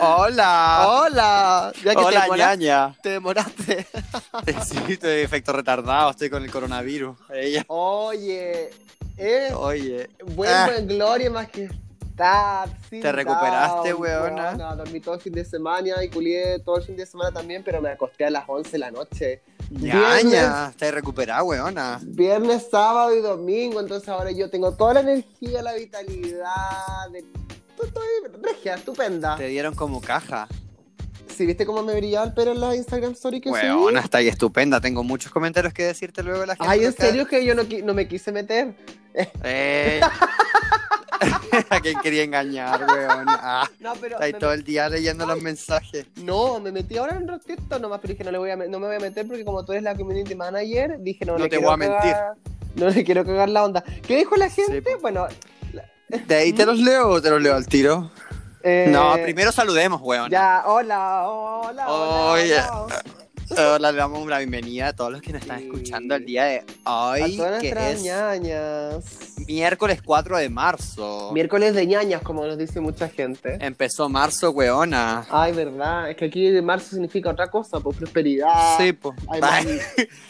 Hola. Ah. Hola. Ya que Hola, te, demora- ñaña. te demoraste. Sí, estoy de efecto retardado, estoy con el coronavirus. Ella. Oye, eh, Oye. buen, Oh. Ah. buen gloria más que estar. sin ¿Te recuperaste, down, weona? weona. Dormí todo el fin de semana y culié todo el fin de semana también, pero me acosté a las 11 de la noche. ñaña. Estás recuperada, weona. Viernes, sábado y domingo, entonces ahora yo tengo toda la energía, la vitalidad. de- Estoy regia, estupenda. Te dieron como caja. ¿Sí viste cómo me brillaba el pelo en la Instagram Story que subí? Weona, está ahí estupenda. Tengo muchos comentarios que decirte luego de las que Ay, me ¿en tocaron. serio que yo no, qui- no me quise meter? Eh. ¿A quién quería engañar, weona? Ah, No, pero está ahí me- todo el día leyendo los mensajes. no, me metí ahora en ratito nomás, pero dije no, le voy a, me- no me voy a meter porque como tú eres la community manager, dije no, No le te quiero voy a mentir. pues. cagar- No le quiero cagar la onda. ¿Qué dijo la gente? po. Bueno, ¿De ahí te los leo o te los leo al tiro? eh, No, primero saludemos, weona. Ya, hola, hola, hola. Oye. hola. Hola, le Eh, damos la bienvenida a todos los que nos están Sí. escuchando el día de A hoy, todas que nuestras es ñañas. miércoles 4 de marzo. Miércoles de ñañas, como nos dice mucha Eh. gente. Empezó marzo, weona. Ay, verdad, es que aquí de marzo significa otra cosa, pues prosperidad. sí, pues. Ay, mami.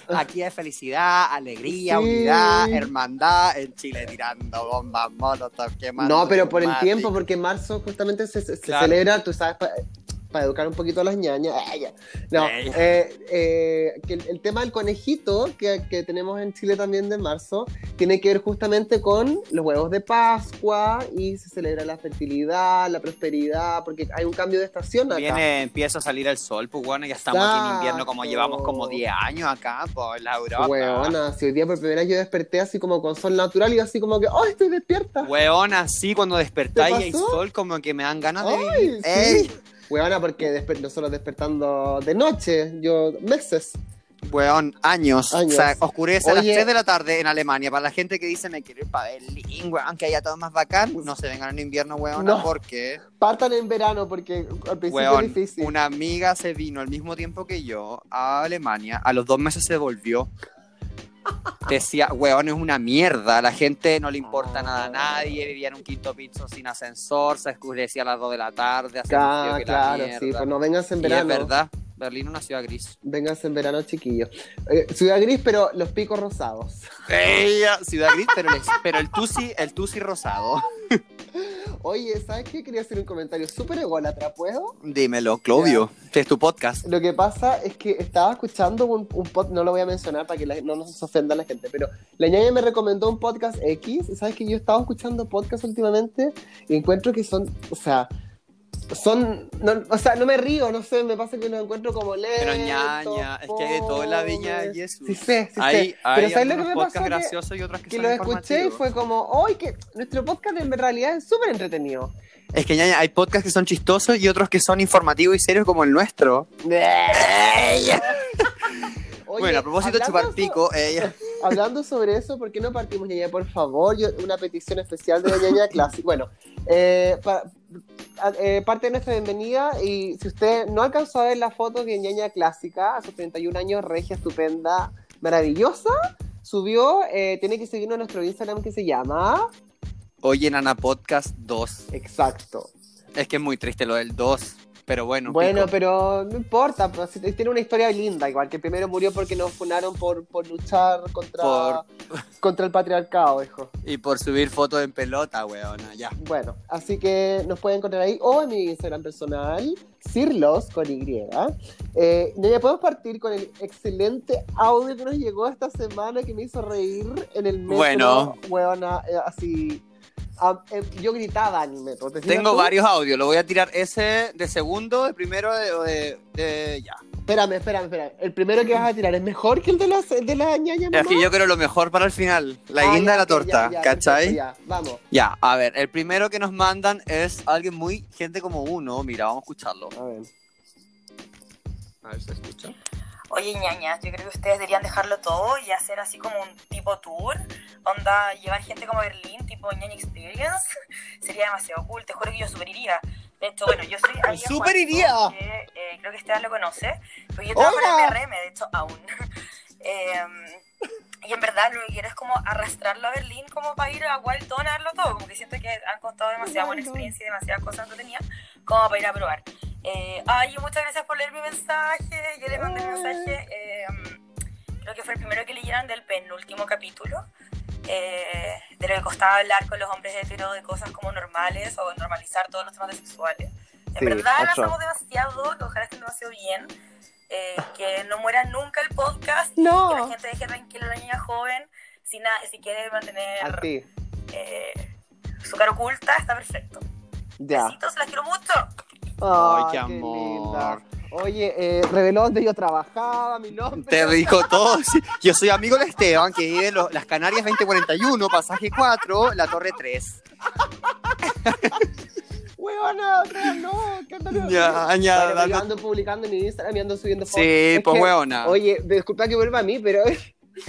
Aquí es felicidad, alegría, Sí. unidad, hermandad. En Chile tirando bombas, molotov, quemando. No, pero por el neumáticos. tiempo, porque en marzo justamente se, se- se Claro. celebra, tú sabes, para educar un poquito a las ñañas. Ay, ya. No, Ey. eh, eh, que el, el tema del conejito que, que tenemos en Chile también de marzo tiene que ver justamente con los huevos de Pascua y se celebra la fertilidad, la prosperidad, porque hay un cambio de estación acá. Viene, empieza a salir el sol, pues, weona. Ya estamos aquí en invierno, como Exacto. llevamos como 10 años acá, pues, en la Europa. Huevona, si hoy día por primera vez yo desperté así como con sol natural y así como que, ¡oh, estoy despierta! Weona, sí, cuando despertáis y hay pasó? sol, como que me dan ganas de Ay, vivir. sí. Ey. Huevona, porque desper- nosotros despertando de noche, yo meses. Weón, años. Años. O sea, oscurece a las Oye. 3 de la tarde en Alemania. Para la gente que dice me quiero ir para Berlín, weón, que haya todo más bacán, no se vengan en invierno, weón, No. porque, Partan en verano porque al principio es weón, difícil. una amiga se vino al mismo tiempo que yo a Alemania. A los dos meses se volvió. Decía, weón, es una mierda. La gente no le importa Ah. nada a nadie. Vivía en un quinto piso sin ascensor. Se oscurecía a las 2 de la tarde. Hacía más Ca- frío que la claro, sí, mierda. pues no vengas en y es verano. verdad, Berlín es una ciudad gris. Vengas en verano, chiquillo. Eh, ciudad gris, pero los picos rosados. Ella, Ciudad Gris, pero el, pero el tusi, el tusi rosado. Oye, ¿sabes qué? Quería hacer un comentario súper ególatra, ¿puedo? Dímelo, Claudio. que Es tu podcast. Lo que pasa es que estaba escuchando un, un pod, no lo voy a mencionar para que la- no nos ofenda la gente, pero la ñaña me recomendó un podcast X, y sabes que yo he estado escuchando podcasts últimamente y encuentro que son, o sea, son, no, o sea, no me río, no sé, me pasa que los encuentro como lentos. Pero ñaña, es que hay de todo en la viña de Jesús. Sí sé, sí hay sé. hay pero ¿sabes lo que algunos me podcasts pasó? Que- graciosos y otros que, Que, son lo escuché y informativos. fue como, ¡ay, que nuestro podcast en realidad es súper entretenido! Es que ñaña, hay podcasts que son chistosos y otros que son informativos y serios como el nuestro. Oye, bueno, a propósito de chupar hablando so- pico, ella- Hablando sobre eso, ¿por qué no partimos, Ñaña? Por favor, yo- una petición especial de Ñaña Classic. Bueno, eh, pa- a- eh, parte de nuestra bienvenida y si usted no alcanzó a ver la foto de Ñaña Clásica, a sus 31 años, regia, estupenda, maravillosa, subió, eh, tiene que seguirnos en nuestro Instagram que se llama... oye, Nana Podcast 2. Exacto. Es que es muy triste lo del 2, pero bueno. bueno, pico. pero no importa, pues, si- tiene una historia linda, igual que primero murió porque nos funaron por, por luchar contra, Por- contra el patriarcado, hijo. Y por subir fotos en pelota, weona, ya. Bueno, así que nos pueden encontrar ahí o en mi Instagram personal, Cirlos con Y. Eh, Naya, podemos partir con el excelente audio que nos llegó esta semana que me hizo reír en el metro. Bueno. Hueona, eh, así. ah, eh, yo gritaba en el metro. ¿te fijas Tengo tú? varios audios, lo voy a tirar ese de segundo, de primero, de- o de- de ya. Espérame, espérame, espérame. El primero que vas a tirar es mejor que el de la, de la ñaña, mamá? Es que yo quiero lo mejor para el final, la Ah, guinda ya, de la ok, ya, torta, ya, ¿cachai? ya. perfecto, ya, vamos. a ver, el primero que nos mandan es alguien muy gente como uno, mira, vamos a escucharlo. A ver. A ver, ¿se escucha? Oye, ñañas, yo creo que ustedes deberían dejarlo todo y hacer así como un tipo tour. Onda, llevar gente como a Berlín, tipo ñaña experience. Sería demasiado cool, te juro que yo super iría. De hecho, bueno, yo soy Arias Super Juanco, iría. que, eh, creo que Esteban lo conoce, porque yo trabajo Hola. en MRM, de hecho, aún. Eh, y en verdad lo que quiero es como arrastrarlo a Berlín como para ir a Wild Dawn a verlo todo, como que siento que han costado demasiada buena experiencia y demasiadas cosas entretenidas, como para ir a probar. Eh, ay, muchas gracias por leer mi mensaje. Yo les mandé el mensaje, eh, creo que fue el primero que leyeron del penúltimo capítulo, eh, de lo que costaba hablar con los hombres hetero de cosas como normales o normalizar todos los temas sexuales. En Sí, verdad, ocho. lanzamos demasiado, que ojalá estén demasiado bien. eh, que no muera nunca el podcast. Que la No. gente deje tranquila a la niña joven. Si, na- si quiere A mantener ti. eh, su cara oculta, está perfecto. Ya. Besitos, las quiero mucho. Ay, Ay, qué qué amor. linda. Oye, eh, reveló dónde yo trabajaba, mi nombre. Te dijo todo. sí. Yo soy amigo de Esteban, que vive en los- las Canarias 2041, pasaje 4, la torre 3. Huevona, o sea, no, qué onda. Ya, ya, Bueno, pero yo dando- ando publicando en mi Instagram y ando subiendo fotos. Sí, Es pues que- hueona. Oye, disculpa que vuelva a mí, pero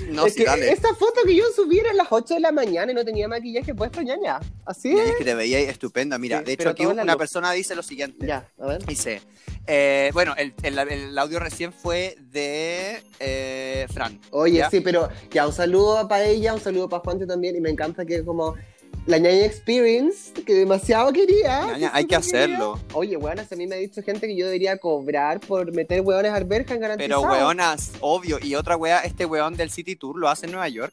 No, es sí, que dale. esta foto que yo subí era a las 8 de la mañana y no tenía maquillaje puesto, ñaña. ¿Así? Ya, es. es que te veía estupenda. Mira, Sí, de hecho pero aquí todo en la una luz. persona dice lo siguiente. Ya, a ver. Dice, eh, bueno, el, el- el audio recién fue de eh, Fran. Oye, Ya. sí, pero ya un saludo para ella, un saludo para Juancho también, y me encanta que como la ñaña experience, que demasiado quería. Ñaña, hay que súper quería. hacerlo. Oye, weonas, a mí me ha dicho gente que yo debería cobrar por meter weones al verja en garantizado. Pero weonas, obvio. Y otra wea, este weón del City Tour lo hace en Nueva York.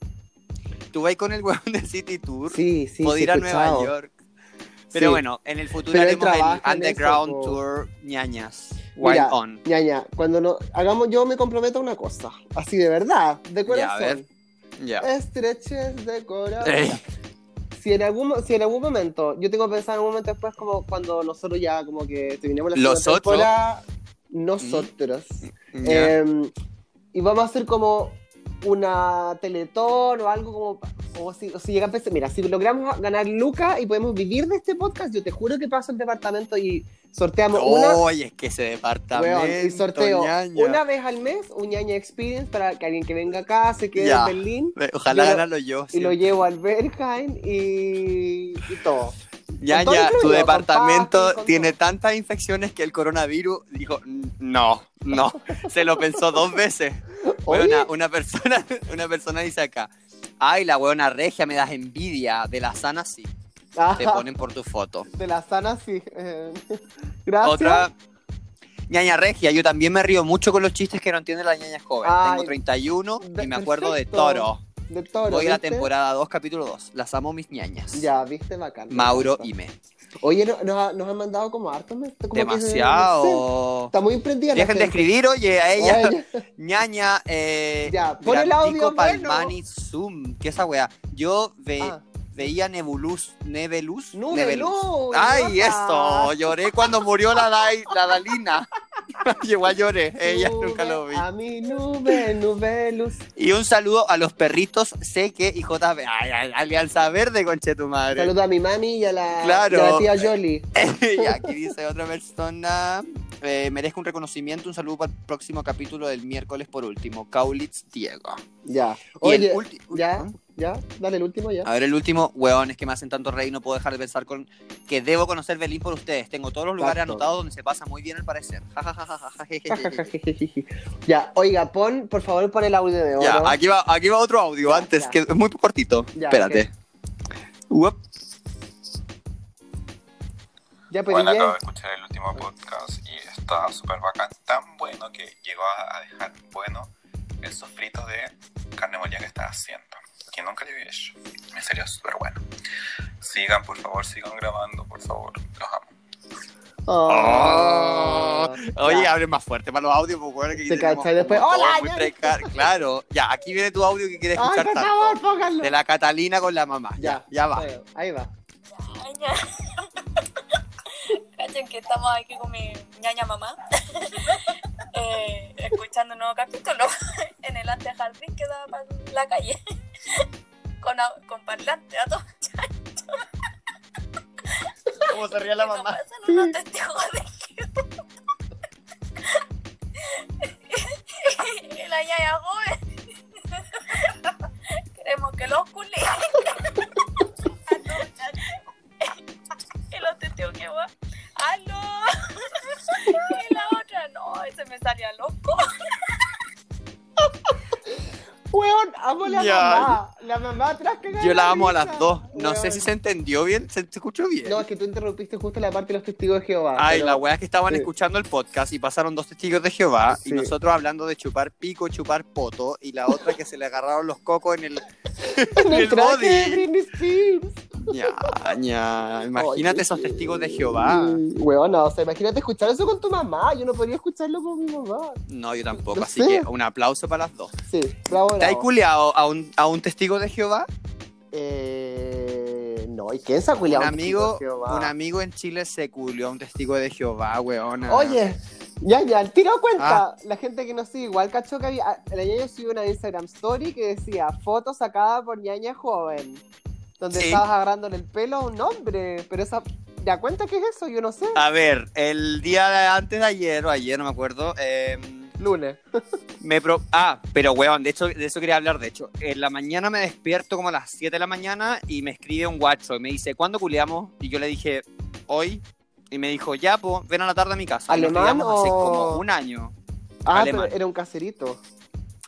Tú vas con el weón del City Tour, Sí, sí, puedo sí, ir a escuchado. Nueva York. Pero Sí. bueno, en el futuro Pero él haremos el trabaja en Underground eso, po. Tour ñañas. Wild Mira, on. Ñaña, cuando no hagamos, yo me comprometo a una cosa, así de verdad, de corazón. Ya, a ver. Ya. Eh, Estreches de corazón. Ey. Si en, algún, mo- si en algún momento, yo tengo pensado en algún momento después, como cuando nosotros ya como que terminemos la Los segunda otros. Mm. temporada, nosotros, ya. eh, y vamos a hacer como una teletón o algo como, o si, o si llega a pensar- mira, si logramos ganar lucas y podemos vivir de este podcast, yo te juro que paso el departamento y sorteamos una Oye, es que ese departamento. Weón, y sorteo ñaña. una vez al mes un ñaña experience para que alguien que venga acá se quede Ya. en Berlín Ojalá Yo lo- ganarlo yo. y lo siempre. llevo al Berghain y, y todo. Ya, Con todo ya, tu incluido, con departamento paja, con tiene todo. tantas infecciones que el coronavirus dijo, "N- no, no, se lo pensó dos veces. Oye, Weona, una, persona, una persona dice acá, ay, la buena regia, me das envidia, de la sana sí, ajá, te ponen por tu foto. Ah, de la sana sí. eh, Gracias. Otra, ñaña regia, yo también me río mucho con los chistes que no entiende la ñaña joven. Ay, Tengo 31 y de- me acuerdo perfecto. de Toro. De toro, Voy a la ¿viste? temporada 2, capítulo 2. Las amo mis ñañas. Ya, viste, bacán. Mauro Bacán. Ime. Oye, no- nos, ha- nos han mandado como hartos. ¿no? Como que- sí, Demasiado. está muy emprendida. la Dejen de gente. escribir, oye, a ella. Oye, Ñaña, eh, Ya, pon el audio, Brandico bueno. Palmani Zoom, que esa weá. Yo ve- ah, veía Nebulus, Nebelus, nube, luz, Ay, loca. eso, lloré cuando murió la, Dai- la Dalina. Igual lloré, eh, ella Nube, nunca lo vi. A mi nube, nube, luz. Y un saludo a los perritos Seque y JB. Ay, ay, Alianza Verde, conche tu madre. Saludo a mi mami y a la, Claro. y a la tía Jolly. y aquí dice otra persona. eh, merezco un reconocimiento, un saludo para el próximo capítulo del miércoles por último. Kaulitz Diego. Ya. Y el Ah, Oye, ulti- ya, ya, dale el último ya. A ver, el último, weón, es que me hacen tanto reír, no puedo dejar de pensar con que debo conocer Berlín por ustedes. Tengo todos los lugares Exacto. anotados donde se pasa muy bien al parecer. Ja, ja, ja, ja, ja, ja, je, je, je, je. ya, oiga, pon, por favor, pon el audio de oro. ya, aquí va, aquí va otro audio Ya, antes, ya. que es muy cortito. Ya, Espérate. Uop. ya pues, pedí Bueno, bien. acabo de escuchar el último podcast y estaba súper bacán, tan bueno que llegó a a dejar bueno el sofrito de carne molida que estaba haciendo, que nunca lo había hecho. Me salió súper bueno. Sigan, por favor, sigan grabando, por favor, los amo. Oh. Oye, Ya. hablen más fuerte para los audios, porque bueno, que aquí Se tenemos cacha y después, un montón "Hola, muy ya". precar- Claro, ya, aquí viene tu audio que quieres Ay, escuchar Ah, por tanto. favor, pónganlo. De la Catalina con la mamá. Ya, ya, va. bueno, Ahí va. Ay, ña. Cachen que estamos aquí con mi ñaña mamá, eh, escuchando un nuevo capítulo en el antejardín que da para la calle, con, au- con parlante a todos. ¿Cómo se ríe que nos pasan unos testigos de Jehová. Y la ñaña joven. Queremos que los culé. Y los testigos que va. ¡Aló! Y la otra, no, ese me salía loco. Weón, amo la Ya. mamá. La mamá atrás cagada Yo de la amo a risa. las dos. No sé Weón. si se entendió bien, se se escuchó bien. No, es que tú interrumpiste justo la parte de los testigos de Jehová. Ay, Ah, pero- la weá es que estaban sí. escuchando el podcast y pasaron dos testigos de Jehová Sí. y nosotros hablando de chupar pico, chupar poto y la otra que se le agarraron los cocos en el... en el el traje body. de Britney Spears. Ña, ña. Imagínate Oye, esos sí. testigos de Jehová. Mm, Weona, o sea, imagínate escuchar eso con tu mamá. Yo no podría escucharlo con mi mamá. No, yo tampoco, No así sé. que un aplauso para las dos. Sí, bravo, ¿Te has bravo. culeado a un, a un testigo de Jehová? Eh, no, ¿y quién se ha Un culiado a un amigo, testigo de Jehová? un amigo en Chile se culió a un testigo de Jehová, weona. Oye, ya, ya, al tiro cuenta. Ah. La gente que nos sigue igual cachó que había- la ñaña subió una Instagram story que decía foto sacada por ñaña joven. Donde Sí. estabas agarrándole el pelo a un hombre. Pero esa. ¿Ya cuenta qué es eso? Yo no sé. A ver, el día de antes de ayer, o ayer, no me acuerdo, em, Lunes. Me pro- Ah, pero weón, de hecho, de eso quería hablar, de hecho. En la mañana me despierto como a las 7 de la mañana y me escribe un guacho y me dice, ¿cuándo culeamos? Y yo le dije, hoy. Y me dijo, ya, po, ven a la tarde a mi casa. Y nos ¿Alemán veíamos hace o- como un año. Ah, Alemán. pero era un caserito.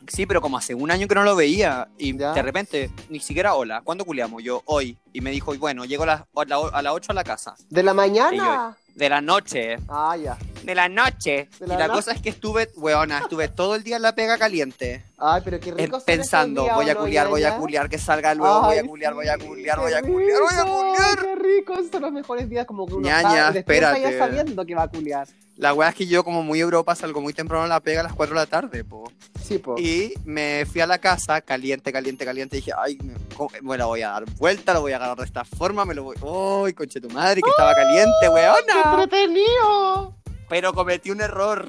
Sí, pero como hace un año que no lo veía. Y Ya. de repente, ni siquiera hola, ¿cuándo culeamos? Yo, hoy. Y me dijo, y bueno, llego a las a la- a las 8 a la casa. ¿De la mañana? De la noche, Ah, ya. de la noche. De la y la no- cosa es que estuve, weona, estuve todo el día en la pega caliente. Ay, pero qué Eh, rico. son pensando, esos días, voy a ¿o no, culiar, voy a ñaña? culiar, que salga luego, voy a Ay, culiar, voy a culiar, qué voy a culiar, voy a rico, culiar. Qué rico, esos son los mejores días como que uno Ñaña, sabe, despierta ya espérate. sabiendo que va a culiar. La weá es que yo, como muy Europa, salgo muy temprano a la pega a las 4 de la tarde, po. Sí, po. Y me fui a la casa, caliente, caliente, caliente, y dije, ay, me, co- me la voy a dar vuelta, lo voy a agarrar de esta forma, me lo voy. ¡Ay, conche tu madre, que estaba caliente, ¡Qué weona! entretenido! Pero cometí un error.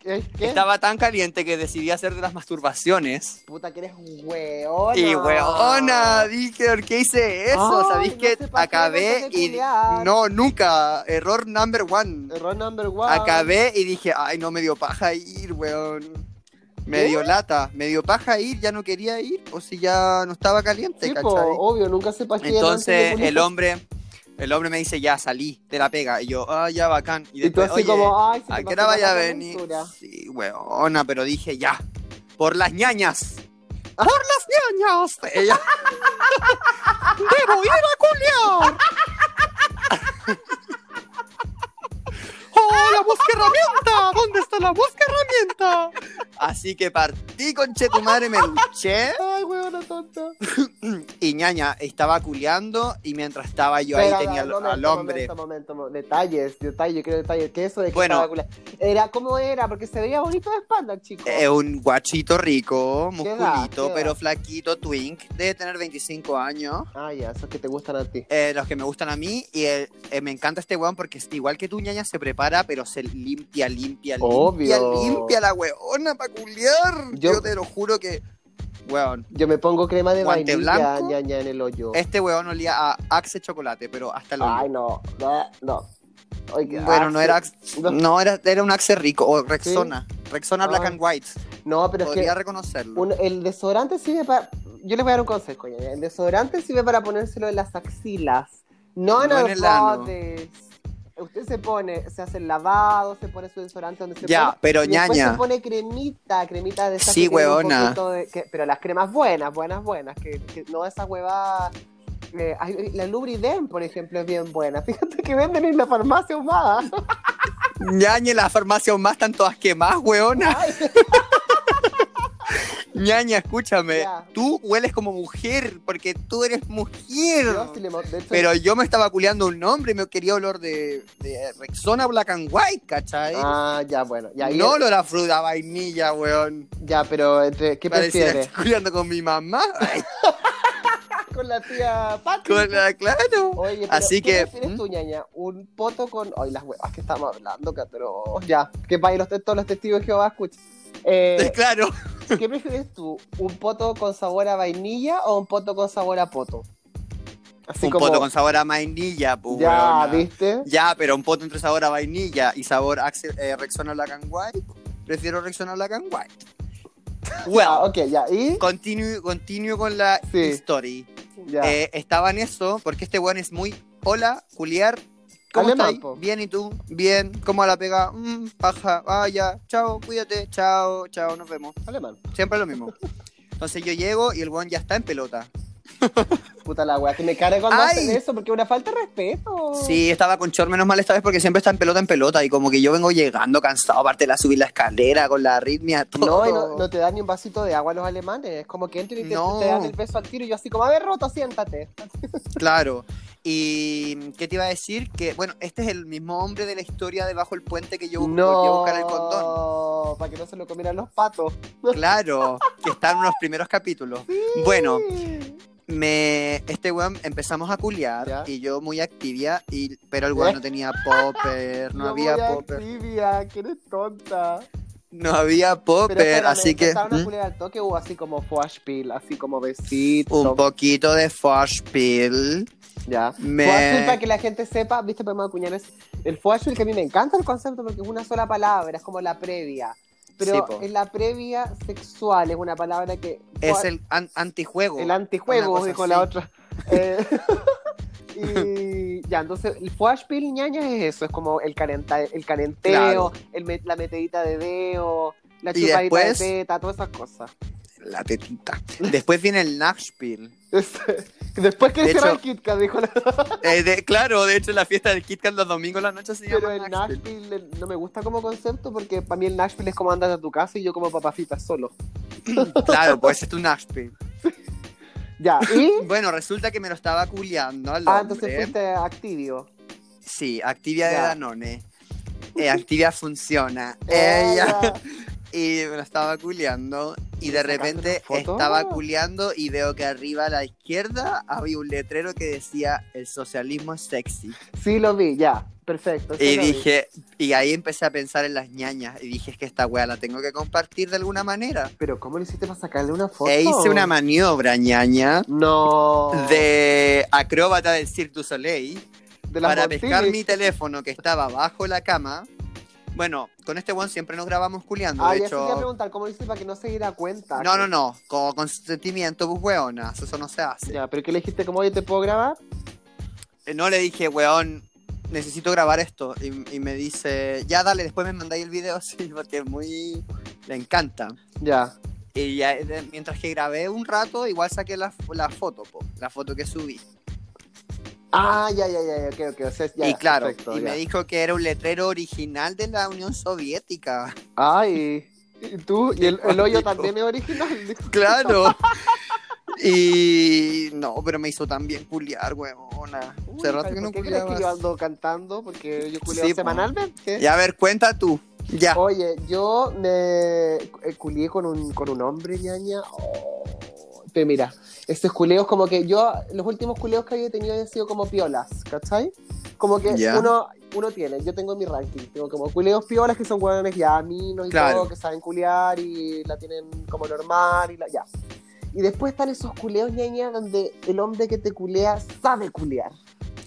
¿Qué? qué? Estaba tan caliente que decidí hacer de las masturbaciones. Puta, que eres weona. Y weona, dije, ¿por qué hice eso? Ay, ¿Sabéis no que sepas acabé que no y... tenés que No, nunca. Error number one. Error number one. Acabé y dije, ay, no me dio paja ir, weón. Me ¿Qué? dio lata, me dio paja ir, ya no quería ir, o si ya no estaba caliente, Sí, po, ¿cachai? obvio, nunca se pastilla Entonces antes de el hombre, el hombre me dice, ya salí, te la pega. Y yo, ah, ya bacán. Y Y tú después, así oye, como, ay, se ¿a te qué hora pasó la vaya a venir? calentura. Sí, weona, pero dije, ya, por las ñañas. ¡Por las ñañas! Ella... ¡Debo ir a culiar! ¡Oh, la mosca herramienta! ¿Dónde está la mosca herramienta? Así que partí con Che tu madre, me duché Ay, weona tonta. y ñaña estaba culeando y mientras estaba yo ahí Pero, tenía al, no, momento, al hombre. Momento, momento, mo- Detalles, detalles, yo quiero detalles. ¿Qué es eso de que Bueno. estaba culiando? Era, ¿cómo era? Porque se veía bonito de espalda, chico. Eh, un guachito rico, ¿Qué edad? musculito, ¿Qué pero edad? flaquito, twink, debe tener 25 años. Ah, ya, esos que te gustan a ti. eh, los que me gustan a mí y eh, eh, me encanta este weón porque es igual que tu ñaña se prepara pero se limpia, limpia, limpia, Obvio. limpia la weona para culiar. Yo- Yo... te lo juro que, weón, Yo me pongo crema de Guante vainilla, blanco. ña, ña, en el hoyo. este weón olía a Axe Chocolate, pero hasta lo... Ay, no, no, no. Ay, qué bueno, no asco. era Axe, No. no, era, era un Axe rico, o Rexona, Rexona Ah. Black and White. No, pero es que Podría reconocerlo. un- el desodorante sirve para. Yo les voy a dar un consejo, ña, ña. El desodorante sirve para ponérselo en las axilas, no en No en el el ano. botes. Usted se pone, se hace el lavado, se pone su desodorante donde se Ya, pone. pero y después ñaña. se pone cremita, cremita de esas Sí, que tienen un huevona. poquito de- que- pero las cremas buenas, buenas, buenas. Que, que no esas huevadas. eh, hay- la Lubridem, por ejemplo, es bien buena. Fíjate que venden en la farmacia humada. Ñaña, las farmacias más están todas quemadas, weona. Ay, Ñaña, escúchame. Ya. Tú hueles como mujer, porque tú eres mujer. Dios, si le mo- de hecho, Pero yo me estaba culeando un hombre y me quería olor de, de Rexona Black and White, ¿cachai? Ah, ya, bueno. Ya, ahí- no olor a fruta, vainilla, weón. ya pero entre, ¿qué Pareciera que prefieres? estoy culeando con mi mamá. Ay, Con la tía Pati. con la- claro. Oye, pero Así ¿qué que- prefieres ¿Mm? tú, ñaña? ¿Un poto con...? Ay, las huevas que estamos hablando, pero Ya, que para los, te- todos los testigos de Jehová escuchen. Eh, Claro. ¿Qué prefieres tú? ¿Un poto con sabor a vainilla o un poto con sabor a poto? Así un como- poto con sabor a vainilla, pues, Ya, weona. ¿viste? Ya, pero un poto entre sabor a vainilla y sabor a Axel- eh, Rexona Black and White, prefiero Rexona Black and White. Ah, Well, ok, ya. ¿Y? continue, continue con la Sí. story. Ya. Eh, estaba en eso, porque este weón es muy, hola, culiar, ¿cómo Alemán, estás? po. Bien, ¿y tú? Bien, ¿cómo a la pega? Mm, paja, ah, ya, chao, cuídate, chao, chao, nos vemos. Alemán. Siempre lo mismo. Entonces yo llego y el weón ya está en pelota. Puta la wea, que me carga cuando Ay. hacen eso, porque es una falta de respeto. Sí, estaba con Chor, menos mal esta vez porque siempre está en pelota en pelota y como que yo vengo llegando cansado, aparte de la subir la escalera con la arritmia, todo. No, y no, no te dan ni un vasito de agua a los alemanes. Es como que entran y te, No. te dan el beso al tiro. Y yo, así como, a ver, roto, siéntate. Claro. ¿Y qué te iba a decir? Que, bueno, este es el mismo hombre de la historia debajo del puente que yo busqué a buscar el condón. No, para que no se lo comieran los patos. Claro, que está en unos primeros capítulos. Bueno, me, este weón empezamos a culiar Ya. ¿Eh? y yo muy activia, y, pero el weón no tenía popper, no había popper, Tibia, que eres tonta. no había popper, espérame, así que ¿Estaba una ¿Mm? culera al toque o así como Foashpil, así como besito? un poquito de Forspiel. Ya. Me- Foashpil, para que la gente sepa, viste, podemos acuñar es el Foashpil, que a mí me encanta el concepto porque es una sola palabra, es como la previa. Sí, Pero po. es la previa sexual, es una palabra que... Es el an- antijuego. El Una antijuego, cosa dijo así. la otra. Eh, y ya, entonces, el Fuashpil ñañas es eso, es como el, calenta, el calenteo, Claro. el me- la metedita de deo, la Y chupadita después- de teta, todas esas cosas. La tetita. Después viene el Nachspiel. Es- Este, después que De hicieron hecho- el Kit Kat, dijo la... Eh, de- claro, de hecho la fiesta del Kit Kat los domingos en la noche se Pero llama el Nashville. Nashville el- no me gusta como concepto porque para mí el Nashville es como andas a tu casa y yo como papafitas solo. Claro, pues es tu Nashville. Ya, y... Bueno, resulta que me lo estaba culiando al ah, hombre. entonces fuiste activio. Sí, actividad de Ya. Danone. Eh, actividad funciona. Ah, Ella. ya. Y me lo estaba culiando. Y de ¿Sacaste repente una foto? estaba culiando y veo que arriba a la izquierda había un letrero que decía el socialismo es sexy. Sí, lo vi, ya. Perfecto. sí Y lo vi. dije, y ahí empecé a pensar en las ñañas. Y dije, es que esta wea la tengo que compartir de alguna manera. Pero ¿cómo lo hiciste para sacarle una foto? E hice una maniobra ñaña No. de acróbata del Cirque du Soleil de las para Montilic. pescar mi teléfono que estaba bajo la cama. Bueno, con este one siempre nos grabamos culiando, Ah, de ya se iba a hecho. preguntar, ¿cómo lo hiciste para que no se diera cuenta? No, no, no, con consentimiento, pues weonas, eso no se hace. Ya, pero ¿qué le dijiste? ¿Cómo yo te puedo grabar? Eh, No le dije, weón, necesito grabar esto. Y, y me dice, ya dale, después me mandáis el video, sí, porque es muy. Le encanta. Ya. Y ya, de- mientras que grabé un rato, igual saqué la, la foto, po, la foto que subí. Ah, ya, ya, ya, ya, ok, ok. o sea, ya, y claro, perfecto, y ya. me dijo que era un letrero original de la Unión Soviética. Ay, y tú, y el, el hoyo Dijo. también es original. dijo. Claro. y no, pero me hizo tan bien culiar, huevona. Uy, Hace rato ¿por que no qué crees que yo culiaba. ando cantando? Porque yo culeo Sí, po. semanalmente. Y a ver, cuenta tú. Ya. Oye, yo me eh, culié con un, con un hombre, ñaña. Oh, pero mira, estos culeos como que yo, los últimos culeos que había tenido han sido como piolas, ¿cachai? Como que Ya. uno, uno tiene, yo tengo mi ranking, tengo como culeos piolas que son hueones ya aminos y Claro. todo, que saben culear y la tienen como normal y la, ya. Y después están esos culeos, ñaña, donde el hombre que te culea sabe culear.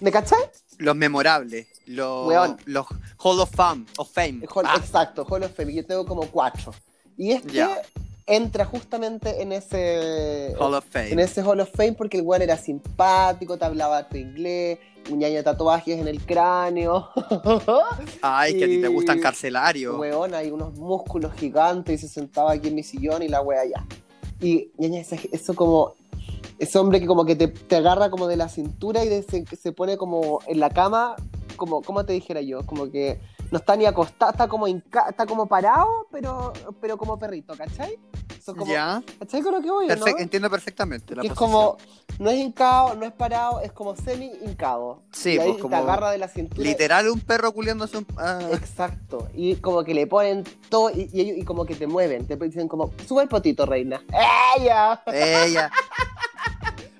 ¿Me cachai? Los memorables. Los, Hueón. los Hall of Fame. Of fame. Hall- Ah, Exacto, Hall of Fame. Yo tengo como cuatro. Y este Ya. entra justamente en ese, Hall of en Fame. ese Hall of Fame porque el weón era simpático, te hablaba tu inglés, un ñaño de tatuajes en el cráneo. Ay, que a ti te y- gustan carcelarios. Weón, hay unos músculos gigantes y se sentaba aquí en mi sillón y la wea allá. Y ñaña, ese- eso como. Ese hombre que como que te, te agarra como de la cintura y de- se, se pone como en la cama, como, ¿cómo te dijera yo? Como que no está ni acostado, está como, hinca- está como parado, pero, pero como perrito, ¿cachai? Eso es como, ya. ¿Cachai con lo que voy, o no? Perfect- Entiendo perfectamente. La Que es posición. como, no es hincado, no es parado, es como semi-hincado. Sí, y ahí pues como- te agarra de la cintura. Literal, un perro culiándose un. ah, Exacto. Y como que le ponen todo y, y ellos- y como que te mueven. Te dicen como, sube el potito, reina. ¡Ella! ella.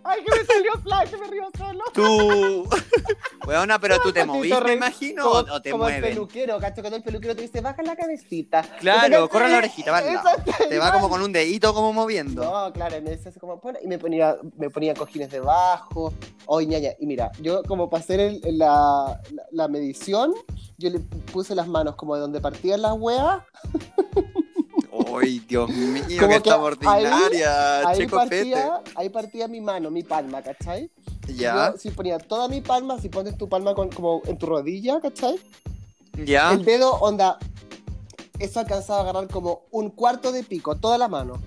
¡Ay, que me salió flash! ¡Me río solo! Tú. Weona, pero tú te Patito movís, me Rey. imagino. Como, o te como el mueven. peluquero, cacho, cuando el peluquero te dice, baja la cabecita. Y Claro, te- corre la orejita, va al lado. Exacto, Te va igual. como con un dedito como moviendo. No, claro, me decía así como, "Pon-", y me ponía, me ponía cojines debajo, hoy ñaña. Y mira, yo como para hacer el- el- la, la, la medición, yo le puse las manos como de donde partían las weas Ay, Dios mío, que Como que está ahí- ordinaria, ahí Checo Pete. partía, ahí partía mi mano, mi palma, ¿cachai? Ya, Yo, si ponía toda mi palma, si pones tu palma con- como en tu rodilla, ¿cachai? ya. El dedo, onda, eso alcanzaba a agarrar como un cuarto de pico, toda la mano.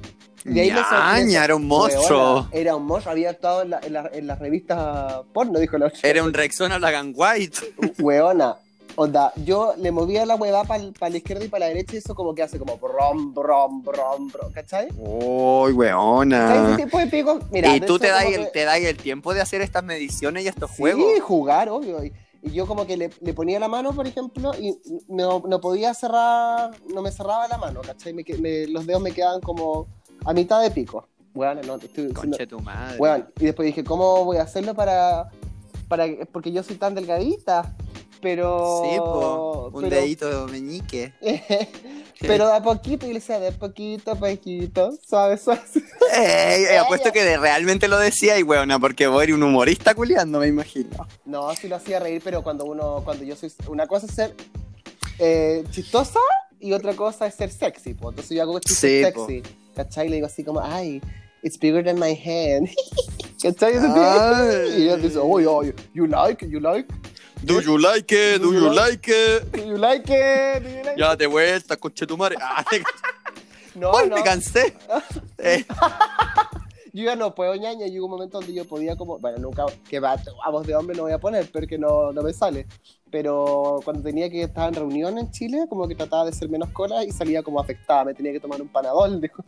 De ahí la Ñaña, sorpresa. era un monstruo. Weona, era un monstruo, había estado en, la- en la- en las revistas porno, dijo la otra. Era un Rexona Black and White. Weona. Onda, yo le movía la hueva para la izquierda y para la derecha y eso como que hace como brom, brom, brom, brom, ¿cachai? Uy, ¿Sabes weona. ese tipo de picos? Mira, Ah. Y de tú te eso das, como el, que- te das el tiempo de hacer estas mediciones y estos Sí, juegos. jugar, obvio. Y, y yo como que le, le ponía la mano, por ejemplo, y no, no podía cerrar, no me cerraba la mano, ¿cachai? Me que- me- los dedos me quedaban como a mitad de pico. Weona, no, te estoy diciendo- Conche tu madre. Weón, y después dije, ¿cómo voy a hacerlo para, para porque yo soy tan delgadita? Pero Sí, po. Un Oh, pero- dedito meñique. pero de a poquito, y le decía, de poquito a poquito, suave, suave. Ey, ey, Eh, apuesto que de- realmente lo decía y weona, porque voy a ir un humorista culiando, me imagino. No, sí lo hacía reír, pero cuando uno, cuando yo soy, una cosa es ser eh, chistosa y otra cosa es ser sexy, po. Entonces yo hago chistes Sí, po. sexy, ¿cachai? Le digo así como, ay, it's bigger than my hand. ¿Cachai? Ese Ay. tipo. Y ella dice, oh, yeah, you- you like, it, you like, Do you like it? Do you like it? it, you like it, do you like it?" Ya te vuelta, conche tu madre. Ah, te- No, Ay, no. me cansé. Eh, yo ya no puedo ñaña, y hubo un momento donde yo podía como, bueno, nunca, que va, a voz de hombre no voy a poner, porque no, no me sale. Pero cuando tenía que estar en reunión en Chile, como que trataba de ser menos cola y salía como afectada, me tenía que tomar un panadol. dijo.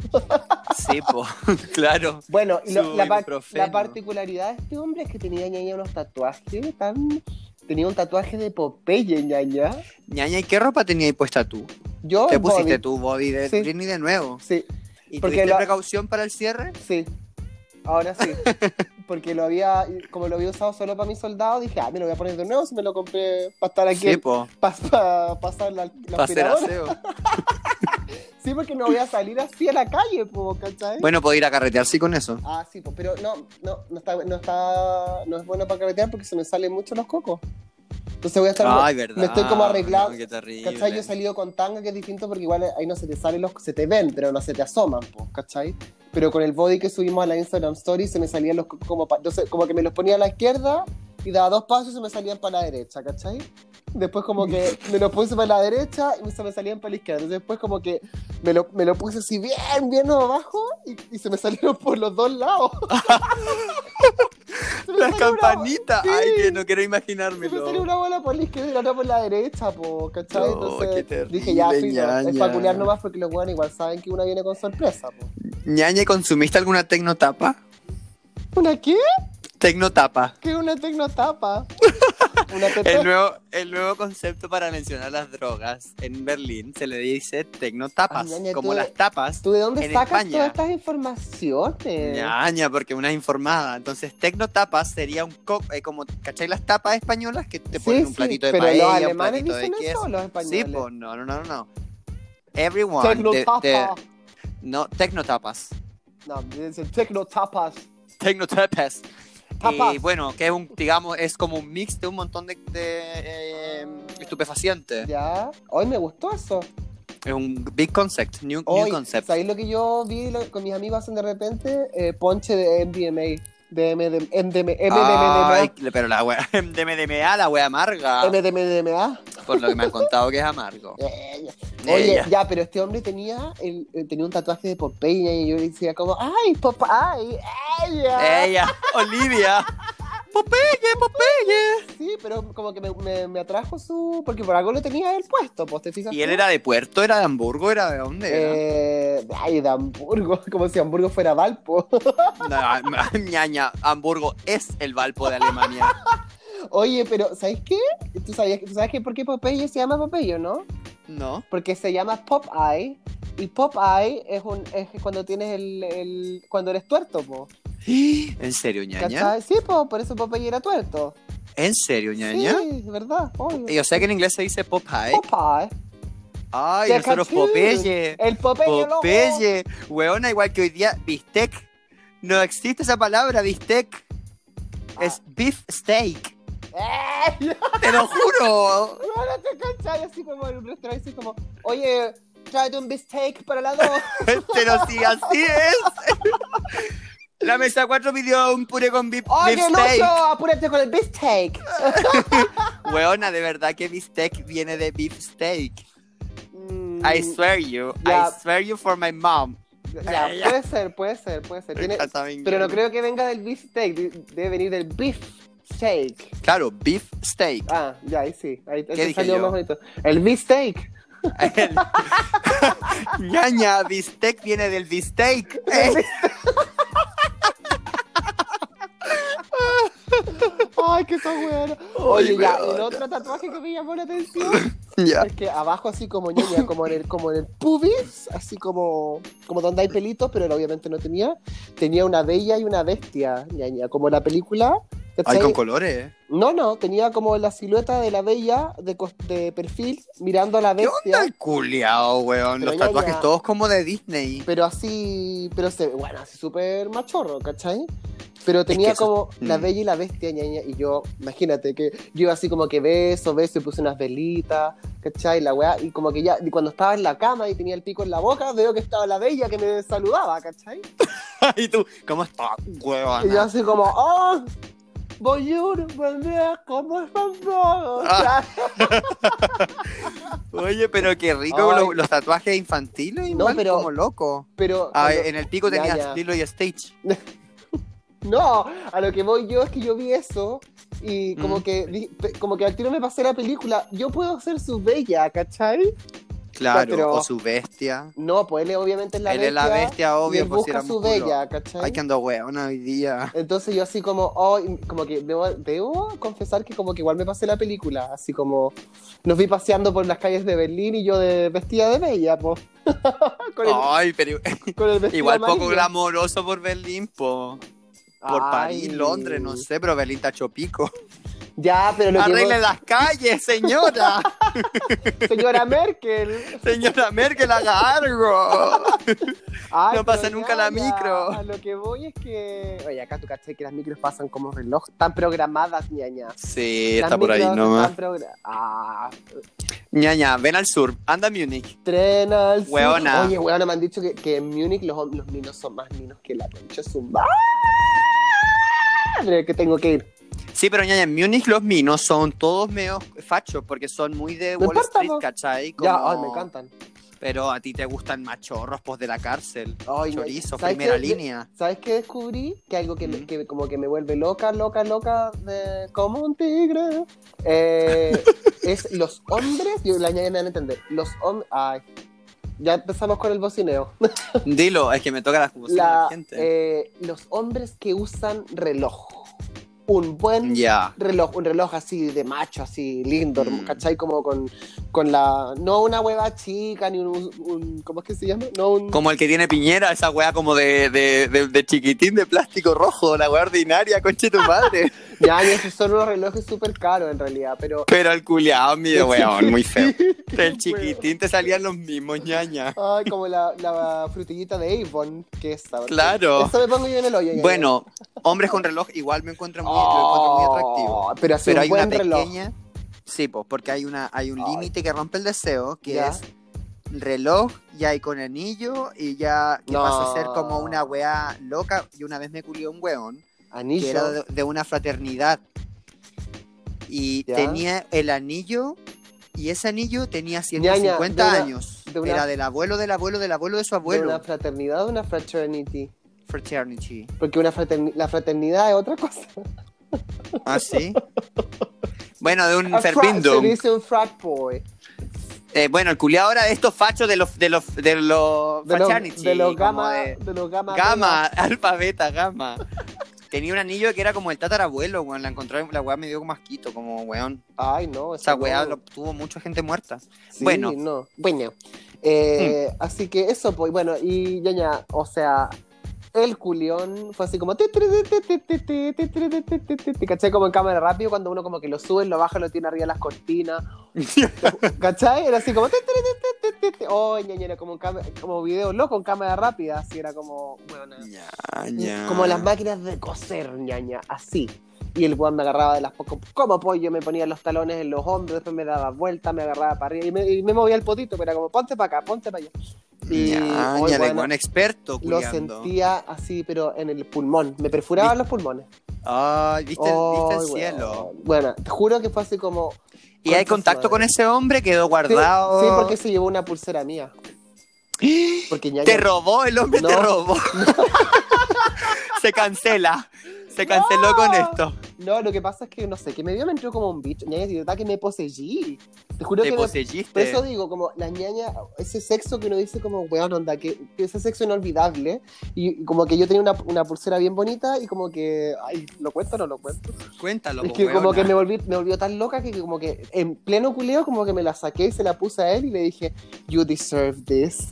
sí, po, claro. Bueno, y lo- Su la, par- ibuprofeno. la particularidad de este hombre es que tenía ñaña unos tatuajes tan... Tenía un tatuaje de Popeye, ñaña. Ñaña, ¿y qué ropa tenías ahí puesta tú? Yo, ¿Qué el pusiste Oh, body. tú, Bobby, de Sí. Britney de nuevo? Sí, ¿Y Porque tuviste la- precaución para el cierre? Sí, ahora sí. Porque lo había, como lo había usado solo para mi soldado, dije, ah, me lo voy a poner de nuevo si me lo compré para estar aquí, Sí, po, para pasar la, la para hacer aspiradora. aseo. Sí, porque no voy a salir así a la calle, po, ¿cachai? Bueno, puedo ir a carretear, sí, con eso. Ah, sí, po, pero no, no, no está, no está, no es bueno para carretear porque se me salen mucho los cocos. Entonces voy a estar, Ay, verdad. me estoy como arreglando, no, qué terrible. ¿cachai? Yo he salido con tanga que es distinto porque igual ahí no se te salen los, se te ven, pero no se te asoman, po, ¿cachai? Pero con el body que subimos a la Instagram Story se me salían los cocos como, pa- entonces, como que me los ponía a la izquierda y daba dos pasos y se me salían para la derecha, ¿cachai? Después como que me los puse para la derecha y se me salían para la izquierda. Entonces, después como que me lo, me lo puse así bien, bien abajo y, y se me salieron por los dos lados. Se me Las salió una- campanitas. Sí. Ay, que no quiero se me imaginármelo. salió una bola por la izquierda y la otra por la derecha, po, ¿cachai? No, qué Entonces terrible, dije, ya, filo, es ñaña. para culiar nomás porque los weones igual saben que una viene con sorpresa, po. Ñaña, ¿y ¿consumiste alguna tecnotapa? ¿Una qué? Tecnotapa. ¿Qué es una tecnotapa? Una El tecnotapa. nuevo, el nuevo concepto para mencionar las drogas en Berlín se le dice tecnotapas, Ay, Ah, ñaña, como tú- las tapas. ¿Tú de dónde en sacas España. todas estas informaciones? Ñaña, porque una es informada. Entonces, tecnotapas sería un co eh, como, ¿cachai las tapas españolas que te Sí, ponen un sí, platito de pero los paella, un alemanes platito de dicen eso, queso? los Sí, españoles. pues, no, no, no, no. Everyone. Tecnotapas. de- de- no, tecnotapas. No, dicen tecnotapas. Tecnotapas. Tapas. Y bueno, que es un, digamos, es como un mix de un montón de, de, eh, Ah. estupefacientes. Ya. Hoy me gustó eso. Es un big concept, new, new Hoy, concept. ¿sabéis lo que yo vi lo- con mis amigos hacen de repente? Eh, ponche de MDMA. De MDMA. Ay, MDMA. pero la wea, MDMA, la wea amarga, MDMA. por lo que me han contado que es amargo. Eh, Oye, Ella. ya, pero este hombre tenía, el- eh, tenía un tatuaje de Popeye y yo le decía como, ay, Popeye, ella. Ella, Olivia. Popeye, Popeye. Sí, pero como que me, me- me atrajo su, porque por algo lo tenía él puesto, pues te fijas. ¿Y él tú? era de Puerto? ¿Era de Hamburgo? ¿Era de dónde? Eh, ay, de Hamburgo, como si Hamburgo fuera Valpo. Era? No, ah, ñaña, Hamburgo es el Valpo de Alemania. Oye, pero ¿sabes qué? ¿Tú, sabías, ¿Tú sabes que por qué Popeye se llama Popeye, no? ¿No? porque se llama Popeye y Popeye es un es cuando tienes el, el- cuando eres tuerto, po. ¿En serio, ñaña? ¿Cachai? Sí, po, por eso Popeye era tuerto. ¿En serio, ñaña? Sí, es verdad, obvio. Y o sea que en inglés se dice Popeye. Popeye. Ay, ¿Te nosotros cachai? Popeye. El Popeye, loco. Popeye. Weona, igual que hoy día, bistec. No existe esa palabra, bistec. Ah. Es beef steak. ¡Eh! Te lo juro. Ahora te cachai, así como en un restaurante, así como, oye, tráete un bistec para la dos. Pero si así es. La mesa 4 pidió un puré con beef, beef Oye, steak. Lucho, apúrate con el bistec. Weona, de verdad que bistec viene de beef steak. Mm, I swear you. Ya. I swear you for my mom. Ya, puede ser, puede ser, puede ser. Tiene- pero no creo que venga del beef steak, de- debe venir del beef steak. Claro, beef steak. Ah, ya, ahí sí. Ahí, ahí ¿Qué te dije salió yo? más bonito. El beef steak. Ñaña, bistec viene del bistec. Ay, qué son weón. Oye, Ay, ya, weón. el otro tatuaje que me llamó la atención Ya. es que abajo así como ñoña, como en el, como en el pubis, así como, como donde hay pelitos, pero él obviamente no tenía, tenía una bella y una bestia, ñaña, como la película. Ay, ¿cachai? con colores. eh. No, no, tenía como la silueta de la bella de, cos- de perfil mirando a la ¿Qué bestia. onda el culiao, weón? Pero Los ya, tatuajes ya. todos como de Disney. Pero así, pero se, bueno, así súper machorro, ¿cachai? Pero tenía que eso- como la mm. bella y la bestia, ñaña, y yo, imagínate, que yo iba así como que beso, beso, y puse unas velitas, ¿cachai? La weá, y como que ya, y cuando estaba en la cama y tenía el pico en la boca, veo que estaba la bella que me saludaba, ¿cachai? y tú, ¿cómo estás, Y yo weón? así como, ¡oh! Bonjour, buen día, ¿cómo están todos? Ah. Oye, pero qué rico Ay. los, los tatuajes infantiles, igual pero- como loco. Pero, Ah, cuando- en el pico Ya, tenía ya. Lilo y Stitch. No, a lo que voy yo es que yo vi eso y como Mm. que di- pe- como que al tiro me pasé la película. Yo puedo ser su bella, ¿cachai? Claro, pero- o su bestia. No, pues él obviamente es la Él bestia. es la bestia, y obvio, él pues, si busca era su músculo. bella, ¿eh? ¿cachai? Ay, que ando weona hoy día. Entonces yo así como, oh, y como que debo, debo confesar que como que igual me pasé la película, así como nos vi paseando por las calles de Berlín y yo de, vestida de bella, pues. con, el, Ay, pero con el vestido Oh, igual poco amarillo. glamoroso por Berlín, po. Por París, Ay. Londres, no sé, pero Berlín está chopico. Ya, pero lo que Arregle las calles, señora. voy- señora Merkel. señora Merkel, haga algo. Ay, No pasa pero nunca la micro. A lo que voy es que. Oye, acá tú caché que las micros pasan como reloj, tan programadas, ñaña. Sí, Las está por ahí micros nomás. están progra- Ah, Ñaña, ven al sur, anda a Múnich. tren al sur. Hueona. Oye, hueona, me han dicho que, que en Múnich los, hom- los minos son más minos que la concha de su ¡Ah! madre, que tengo que ir. Sí, pero Ñaña, en Múnich los minos son todos medio fachos porque son muy de No Wall importa, Street, po. ¿cachai? Ya, Como- ay, me encantan. Pero a ti te gustan machorros, pues de la cárcel. Ay, me- Chorizo, ¿sabes primera qué? línea. ¿Sabes qué descubrí? Que algo que, me- Mm. que como que me vuelve loca, loca, loca, de, como un tigre, eh, es los hombres, yo la ñaña me van a entender, los hombres, ay, ya empezamos con el bocineo. Dilo, es que me toca la confusión de La- la gente. eh, los hombres que usan reloj, un Ya. buen reloj, un reloj así de macho, así lindo, hermo- Mm. ¿cachai? Como con, con la, no una hueva chica, ni un, un- ¿cómo es que se llama? No un... Como el que tiene Piñera, esa weá como de, de, de- de chiquitín de plástico rojo, la weá ordinaria, conche tu madre. Ya, y esos son unos relojes súper caros en realidad, pero Pero el culiao, mi weón, muy feo. Del Qué chiquitín te salían los mismos ñaña. Ay, Ah, como la, la frutillita de Avon, que es sabrosa. Claro. Eso me pongo yo en el hoyo. ya, ya. Bueno, hombres con reloj igual me encuentro muy, lo encuentro muy Oh, atractivo. Pero así Pero un hay una buen reloj. pequeña. Sí, pues, porque hay, una, hay un Ay. límite que rompe el deseo, que Ya. es reloj, ya hay con anillo y ya que No. pasa a ser como una weá loca. Y una vez me culió un weón. que era Anillo. de, de una fraternidad. Y Ya. tenía el anillo, y ese anillo tenía Ñaña, 150 de una- años. de una- Era del abuelo, del abuelo, del abuelo de su ¿De abuelo. una fraternidad o una fraternity? Fraternity. Porque una fraterni- la fraternidad es otra cosa. Ah, sí. bueno, de un A frat fervindo. Se dice un frat boy. Eh, bueno, el culiao ahora de estos fachos de los, de los, de los De los, fraternity. de los como gama, de- de... los gama. Gama, alfa, beta, gama. Tenía un anillo que era como el tatarabuelo, weón. La encontré, la weá me dio como asquito, como weón. Ay, no. eso Esa no. weá lo- tuvo mucha gente muerta. Sí, Bueno. no. Bueno. Eh, Así que eso, pues, bueno, y ya, ya, o sea, el culión fue así como. ¿Cachai? Como en cámara rápido, cuando uno como que lo sube, lo baja, lo tiene arriba de las cortinas. ¿Cachai? Era así como. Oh, ñañera, como, en cámara- como video loco en cámara rápida, así era como. Bueno, Ñaña. Mm, como las máquinas de coser, ñaña, así. Y el weón me agarraba de las pocas, como pollo, me ponía los talones en los hombros, después me daba vuelta, me agarraba para arriba y me, y me movía el potito, pero era como, ponte para acá, ponte para allá. Y, Ñaña, hoy, le bueno, weón experto, lo culiando. sentía así, pero en el pulmón, me perforaban los pulmones. Ay, viste, Ay, viste el weón. cielo. Bueno, te juro que fue así como... Y hay Concha su contacto madre. con ese hombre, quedó Sí, guardado. sí, porque se llevó una pulsera mía. Porque ñaña. Te robó, el hombre te No. robó. se cancela. Se canceló con esto. No, lo que pasa es que no sé, que medio me entró como un bicho. Ñaña, de verdad que me poseí. Te juro Te que me- Por poseyiste. eso digo, como la ñaña, ese sexo que uno dice como, weón, onda, que, que ese sexo inolvidable. Y como que yo tenía una, una pulsera bien bonita y como que, ay, ¿lo cuento o no lo cuento? Cuéntalo, pues, es po, que como weona. que me, volví, me volvió tan loca que, que como que en pleno culeo como que me la saqué y se la puse a él y le dije, you deserve this.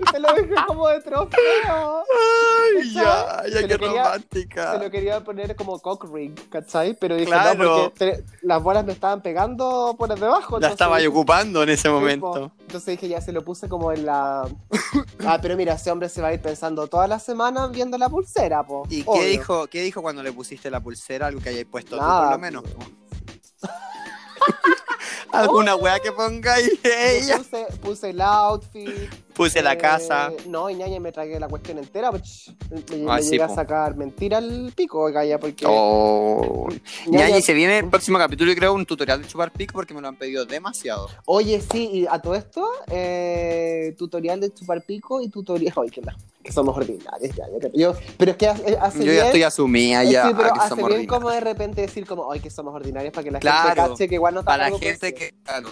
Y se lo dije como de trofeo. Ay, ya, ¿Cachai? ya Se qué lo quería- romántica. Se lo quería poner como cock ring, ¿cachai? Pero dije, Claro. no, porque te- las bolas me estaban pegando por debajo. La entonces estaba dije, yo ocupando en ese Sí, momento. po. Entonces dije, ya se lo puse como en la. Ah, pero mira, ese hombre se va a ir pensando toda la semana viendo la pulsera, po. ¿Y Obvio. qué dijo, qué dijo cuando le pusiste la pulsera? Algo que hayáis puesto tú, Nada, por lo menos. Alguna weá que ponga ahí Yo ella. Puse, puse el outfit. Puse la eh, casa. No, y ñaña, me tragué la cuestión entera. pues, me me Ah, sí, llegué po. a sacar mentira al pico, Gaya, porque. Oh. Ya, ñaña- y se viene el próximo capítulo, yo creo, un tutorial de chupar pico porque me lo han pedido demasiado. Oye, sí, y a todo esto, eh, tutorial de chupar pico y tutorial. Ay, que, no, que somos ordinarios, ya, ya, que- yo- pero es que hace, hace yo bien- ya estoy asumida Eh, Ah, ya sí, pero a que hace somos bien ordinarios. como de repente decir como, ay, que somos ordinarios para que la Claro, gente cache que igual no está Para la algo gente parecido". que, claro,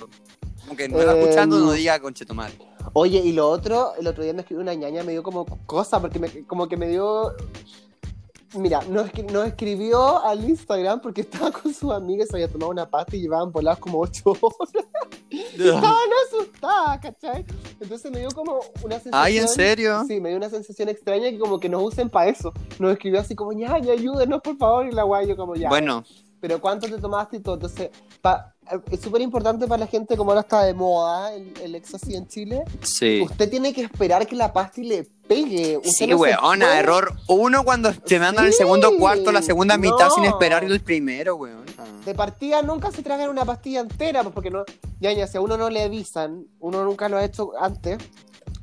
aunque no está Eh, escuchando, no diga conchetumar. Oye, y lo otro, el otro día me escribió una ñaña, me dio como cosa, porque me- como que me dio... Mira, nos, escri- nos escribió al Instagram porque estaba con sus amigas, se había tomado una pasta y llevaban voladas como ocho horas. Estaban asustadas, ¿cachai? Entonces me dio como una sensación... Ay, ¿en serio? Sí, me dio una sensación extraña que como que nos usen para eso. Nos escribió así como, ñaña, ayúdenos por favor, y la guay yo como ya. Bueno, pero cuánto te tomaste y todo. Entonces, pa- es súper importante para la gente, como ahora está de moda el, el éxtasis en Chile, sí. usted tiene que esperar que la pasti le pegue. Usted Sí, no se weona, puede- error uno cuando te mandan el Sí, segundo cuarto, la segunda mitad no. sin esperar el primero, weona. De partida nunca se tragan una pastilla entera, pues porque no, ya, ya, si a uno no le avisan, uno nunca lo ha hecho antes.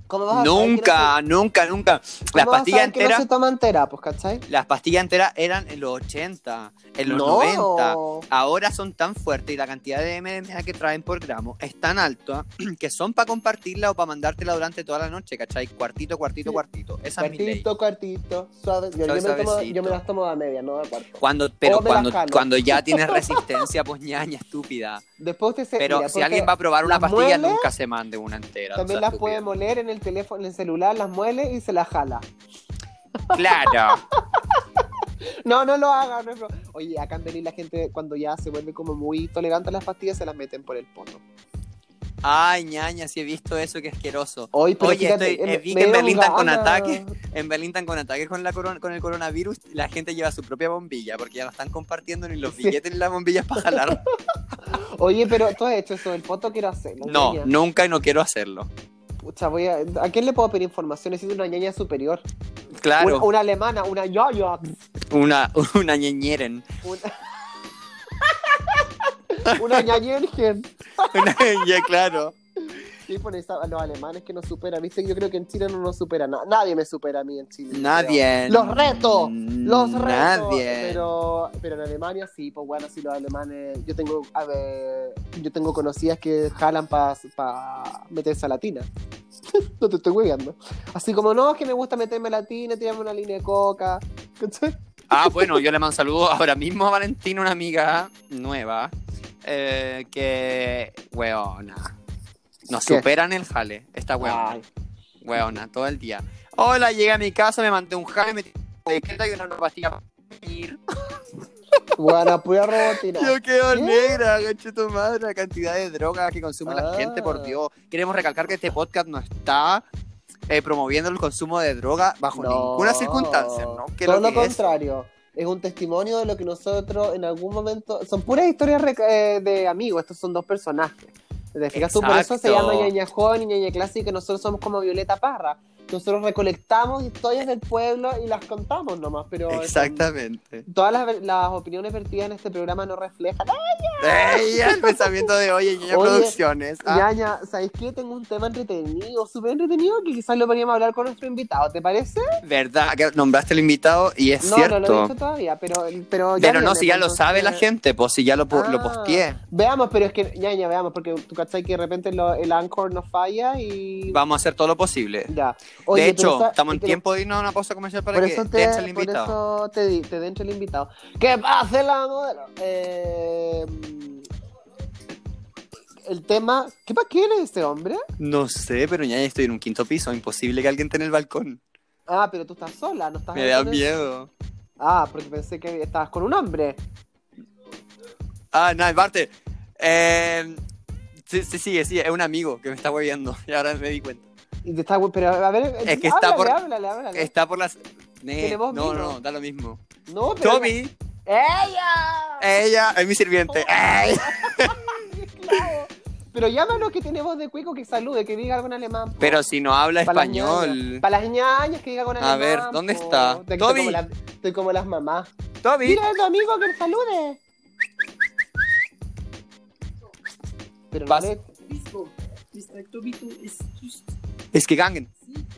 ¿Cómo vas a saber que no Nunca, nunca, nunca. se- Las cómo vas a pastillas saber que enteras, no se toma entera, pues, ¿cachai? las pastillas enteras eran en los 80, en los no. 90. ahora son tan fuertes y la cantidad de MDMA que traen por gramo es tan alta que son para compartirla o para mandártela durante toda la noche, ¿cachai? Cuartito, cuartito, Sí. cuartito. Esa es mi ley. Cuartito, cuartito, suave. Yo, yo me Suave, tomo- suavecito. yo me las tomo a media, no de cuarto. Cuando, pero O me cuando, las jalo. cuando ya tienes resistencia, pues ñaña, estúpida. Después usted se. Pero mira, si ponte- alguien va a probar una las pastilla, mueles, nunca se mande una entera. o También sea, las puede estúpida. moler en el teléfono, en el celular, las muele y se las jala. Claro. No, no lo haga, no es broma. Oye, acá en Berlín la gente cuando ya se vuelve como muy tolerante a las pastillas se las meten por el poto. Ay, ñaña, si he visto eso, qué asqueroso. Hoy, pero Oye, fíjate, estoy- eh, eh, vi me que en dieron Berlín están con ganas. ataque. En Berlín están con ataques con, la coron- con el coronavirus, la gente lleva su propia bombilla porque ya la están compartiendo ni los Sí. billetes ni las bombillas para jalar. Oye, pero tú has hecho eso del poto, quiero hacerlo. No, ñaña. nunca y no quiero hacerlo. Pucha, voy a... ¿a quién le puedo pedir información? Necesito una ñaña superior. Una, Claro, una alemana, una yo-yo. una, una ñeñeren. Una, una ñañergen. Una ñe- claro. Sí, por eso a los alemanes que nos superan, ¿viste? Yo creo que en Chile no nos supera na- nadie me supera a mí en Chile. Nadie. Los reto, Los retos, Mm, Nadie. Pero, pero en Alemania sí, pues bueno, sí los alemanes, yo tengo, a ver, yo tengo conocidas que jalan para meterse a latina. no te estoy hueveando. Así como, no, es que me gusta meterme latina, tirarme una línea de coca. ¿cachai? Ah, bueno, yo le mando saludos ahora mismo a Valentina, una amiga nueva, eh, que, weona, nos ¿Qué? superan el jale, esta weona, Ay, weona, todo el día. Hola, llegué a mi casa, me mandé un jale, me tiré una etiqueta y una pastilla para dormir. buena, pura robotina. Yo quedo ¿Qué? negra, gancho tu madre, la cantidad de drogas que consume la Ah. gente, por Dios. Queremos recalcar que este podcast no está eh, promoviendo el consumo de droga bajo No, ninguna circunstancia, ¿no? Que todo lo, que es- contrario. Es un testimonio de lo que nosotros en algún momento. Son puras historias rec- eh, de amigos, estos son dos personajes. ¿Te fijas tú? Por eso se Exacto. llama ñaña joven y ñaña clásica, que nosotros somos como Violeta Parra. Nosotros recolectamos historias del pueblo y las contamos nomás, pero eh, Exactamente. todas las, las opiniones vertidas en este programa no reflejan. ¡Ah, Ey, Eh, el pensamiento de hoy en Ñaña Oye, Producciones. Ah, Ñaña, ¿sabéis qué? Tengo un tema entretenido, súper entretenido, que quizás lo podríamos hablar con nuestro invitado, ¿te parece? ¿Verdad? Que nombraste al invitado y es no, cierto. no lo he dicho todavía, pero... Pero, Pero no, viene, si ya lo entonces- sabe la gente, pues si ya lo, pu- lo Ah. posteé. Veamos, pero es que, Ñaña, veamos, porque tú cachai que de repente lo- el Anchor nos falla y... Vamos a hacer todo lo posible. Ya. de Oye, pero hecho, esa- estamos en pero- tiempo de irnos a una pausa comercial para Por que eso, te, den el por invitado. eso te, di- te dentro el invitado. ¿Qué pasa, la modelo? Eh, el tema. ¿Qué pa' quién es ese hombre? No sé, pero ya estoy en un quinto piso. Imposible que alguien esté en el balcón. Ah, pero tú estás sola, no estás. Me da con- miedo. Ah, porque pensé que estabas con un hombre. Ah, no, aparte. Eh, sí, sí, sí, sí, es un amigo que me está hueviando. Y ahora me di cuenta. Y te está, pero a ver, Es que está háblale, por- háblale, háblale. Está por las. Tiene Ne- voz no, mino. no, da lo mismo. No, pero. Tommy, ¡Ella! ella es mi sirviente. ¡Ay! Claro. Pero llámalo que tiene voz de cuico que salude, que diga algo en alemán. po. Pero si no habla Pa' las español. ñañas. Pa' las ñañas que diga con A alemán, ver, ¿dónde po. está? De- Estoy Toby. como, las- estoy como las mamás. Tommy. Mira a tu amigo que le salude. Pero no Vas. le- Bispo, Mr. Tobito ist just. Es que gangen.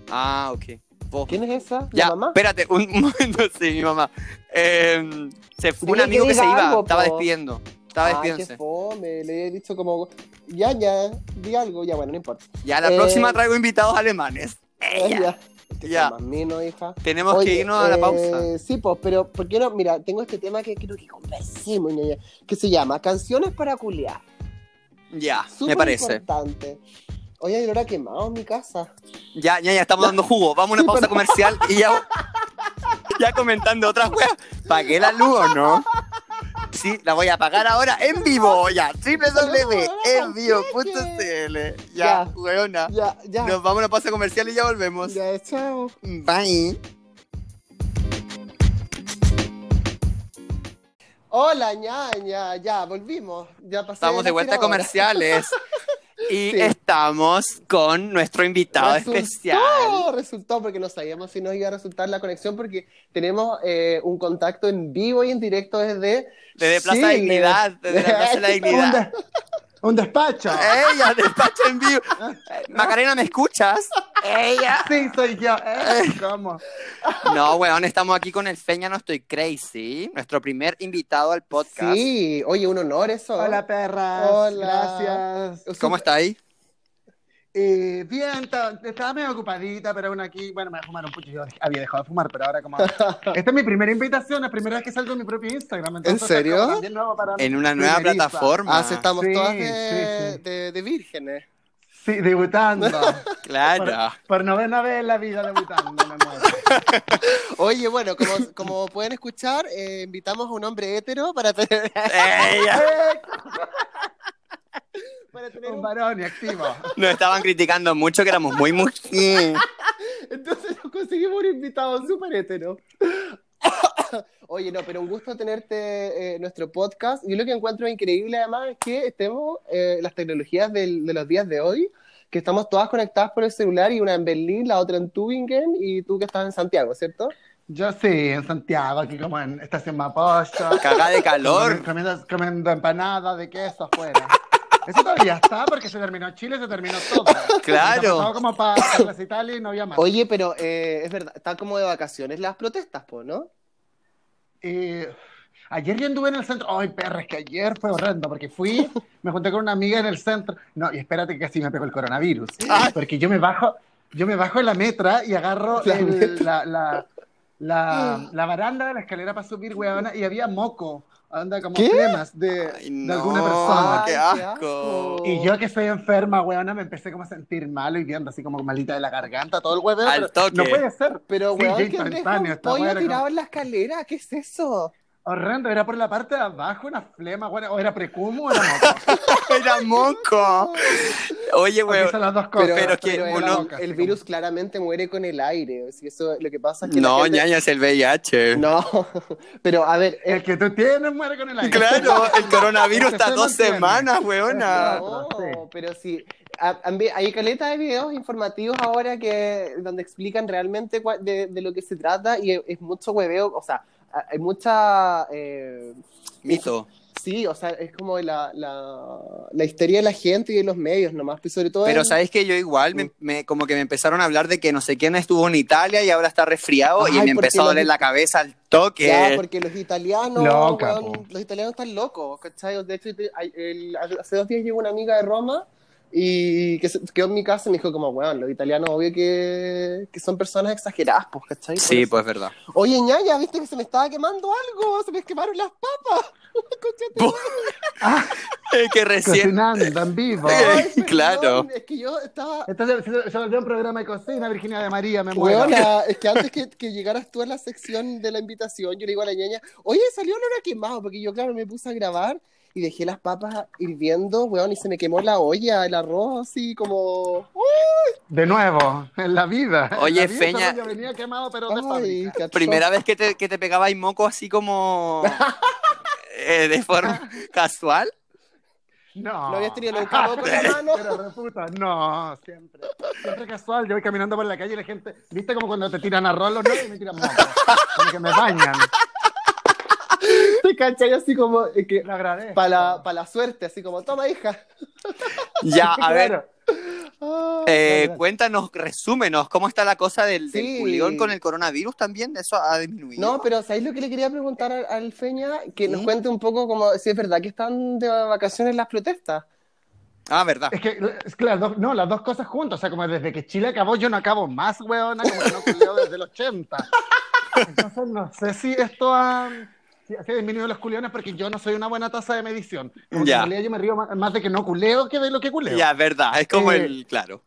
Ah, ok. Vos. ¿Quién es esa? ¿La Ya, mamá? espérate, un momento, sí, mi mamá. Eh, se fue Dile un que amigo que, se diga iba, algo, estaba po. despidiendo. Estaba Ay, qué despidiéndose. fome. Le he dicho como... Ya, ya. Di algo. Ya, bueno, no importa. Ya, la Eh, próxima traigo invitados alemanes. Eh, Ella. Te Ya. llamas menos, hija. Tenemos Oye, que irnos a la eh, pausa. Sí, pues, pero ¿por qué no? Mira, tengo este tema que quiero que conversemos, ñaña, que se llama Canciones para culiar. Ya, me Súper parece. importante. Oye, hay olor a quemado en mi casa. Ya, ya, ya, estamos dando jugo. Vamos a Sí, una pausa por- comercial y ya. Ya comentando otras weas. ¿Pagué la luz o no? Sí, la voy a pagar ahora en vivo. Ya, www.envivo.cl. Ya, Ya. weona. Ya, ya. Ah, Nos vamos a una pausa comercial y ya volvemos. Ya, chao. Bye. Hola, ñaña, ya, volvimos. Ya pasé Estamos de la vuelta a aspiradora. comerciales. Y Sí. estamos con nuestro invitado Resultó, especial. Resultó porque no sabíamos si nos iba a resultar la conexión porque tenemos eh, un contacto en vivo y en directo desde Desde Plaza Chile. Dignidad. Desde la Plaza de la Un, Dignidad. des- un despacho. Ella, despacho en vivo. Ah. Macarena, ¿me escuchas? Ella. Sí, soy yo. Eh, ¿Cómo? No, weón, estamos aquí con el Feña No Estoy Crazy, nuestro primer invitado al podcast. Sí, oye, un honor eso. Hola, perras. Hola. Gracias. ¿Cómo está ahí? Eh, bien, ta- estaba medio ocupadita, pero aún aquí, bueno, me voy a fumar un pucho. Yo había dejado de fumar, pero ahora como... Esta es mi primera invitación, la primera vez que salgo en Eh. mi propio Instagram. entonces es serio? como también nuevo para mí. En una nueva Primeriza. plataforma. Ah, sí, estamos Sí, todas sí, de, sí. de- de vírgenes. Sí, debutando. Ah, Claro. por, por novena vez en la vida debutando, mi amor. Oye, bueno, como, como pueden escuchar, eh, invitamos a un hombre hétero para tener, Ella. Eh, para tener un un varón y activo. Nos estaban criticando mucho que éramos muy mujeres. Entonces nos conseguimos un invitado súper hétero. Oye, no, pero un gusto tenerte eh, en nuestro podcast. Yo lo que encuentro increíble además es que estemos eh, las tecnologías del- de los días de hoy, que estamos todas conectadas por el celular y una en Berlín, la otra en Tübingen y tú que estás en Santiago, ¿cierto? Yo sí, en Santiago, aquí como en Estación Mapocho. Cagá de calor. Comiendo, comiendo empanada de queso afuera. Eso todavía está porque se terminó Chile, se terminó todo. Claro. Se pasó como para Plaza Italia y no había más. Oye, pero eh, es verdad, están como de vacaciones las protestas, po, ¿no? Eh, ayer yo anduve en el centro. Ay, perra, es que ayer fue horrendo porque fui, me junté con una amiga en el centro. No, y espérate que casi me pegó el coronavirus. Porque yo me bajo, yo me bajo en la metra y agarro La el- metra. Ah. la, la, la- la baranda de la escalera para subir, weona, y había moco. Anda como ¿Qué? cremas de, Ay, de alguna no, persona. qué Ay, qué asco. asco. Y yo que soy enferma, weona, me empecé como a sentir mal y viendo así como malita de la garganta, todo el hueveo. Al pero toque. No puede ser. Pero, Sí, weón, yo que deja instantáneo, un esta pollo weá era tirado como- en la escalera, ¿qué es eso? Horrendo, era por la parte de abajo una flema, weona, o era precumo o era moco. Era moco. Oye, O quizá weón. las dos cosas. pero es que en uno- la el, boca, el así virus claramente muere con el aire. o sea, eso, lo que pasa es que la No, gente- ñaña es el VIH. No, pero a ver, como, eh, El que tú tienes muere con el aire. Claro, el coronavirus Este está se dos mantiene. semanas, weona. Claro, no, sí. pero sí, a- a- hay caleta de videos informativos ahora que donde explican realmente cua- de, de lo que se trata y es, es mucho hueveo, o sea, a- hay mucha... eh, Mito. sí, o sea, es como la, la, la histeria de la gente y de los medios nomás, pero sobre todo... Pero en- sabes que yo igual, me, me- como que me empezaron a hablar de que no sé quién estuvo en Italia y ahora está resfriado y Ay, me porque empezó a los- doler la cabeza al toque. Ya, porque los italianos, Loca, weón, po. los italianos están locos, ¿cachai? De hecho, te- ay- el- hace dos días llegó una amiga de Roma y que se- quedó en mi casa y me dijo como, weón, los italianos obvio que, que son personas exageradas, pues, ¿cachai? Por Sí, eso- pues verdad. Oye, ñaya, viste que se me estaba quemando algo, se me quemaron las papas. Concha tu Po- Es que recién. Cocinando en vivo. Eh, madre, perdón, claro. Es que yo estaba... Entonces se, se volvió un programa de cocina, Virginia de María, me muero. Weona, es que antes que, que llegaras tú a la sección de la invitación, yo le digo a la ñaña, oye, salió olor a quemado, porque yo, claro, me puse a grabar y dejé las papas hirviendo, weón, y se me quemó la olla, el arroz, así como... De nuevo, en la vida. En Oye, la vida, Feña. esa olla venía quemado, pero de Ay, fábrica. cachó. Primera vez que te, que te pegabais moco así como. eh, de forma casual. No. ¿No habías tenido nunca moco en la mano? Pero reputa, no, siempre. Siempre casual. Yo voy caminando por la calle y la gente. ¿Viste como cuando te tiran a rolos, no? Y me tiran moco. Como que me bañan. Te cachai así como... eh, que- Lo agradezco. para la, pa' la suerte, así como, toma, hija. Ya, a ver, Claro. Ah, eh, dale. cuéntanos, resúmenos, ¿cómo está la cosa del, del Sí. culión con el coronavirus también? ¿Eso ha disminuido? No, pero ¿sabéis lo que le quería preguntar al, al Feña? Que nos ¿Mm? cuente un poco como si es verdad que están de vacaciones las protestas. Ah, verdad. Es que, es que las dos, no, las dos cosas juntas. O sea, como desde que Chile acabó, yo no acabo más, weona, como que no culeo desde el 80. Entonces, no sé si esto ha, si ha disminuido los culeones porque yo no soy una buena tasa de medición. Como que Ya. En realidad, yo me río más, más de que no culeo que de lo que culeo. Ya, verdad. Es como Eh, el. Claro.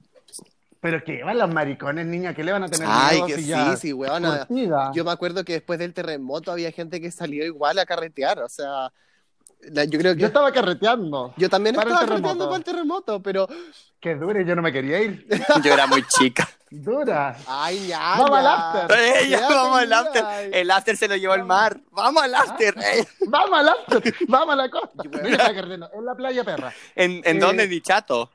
Pero que van los maricones, niña, que le van a tener Ay, miedo que si sí, ya... Pues sí, weona. curtida? Yo me acuerdo que después del terremoto había gente que salió igual a carretear, o sea, la- yo creo que Yo estaba carreteando. yo también para el estaba terremoto. carreteando para el terremoto, pero Que dure, yo no me quería ir. Yo era muy chica. Dura. ay, ñaña. Vamos al after. Eh, Eh, ya, Ya, vamos al mira, after. ay. Ah. El after se lo llevó al mar. Vamos al after. eh. Vamos a la, vamos a la costa. Mira, estaba carreteando en la playa, perra. ¿En, en Eh, dónde, ni chato?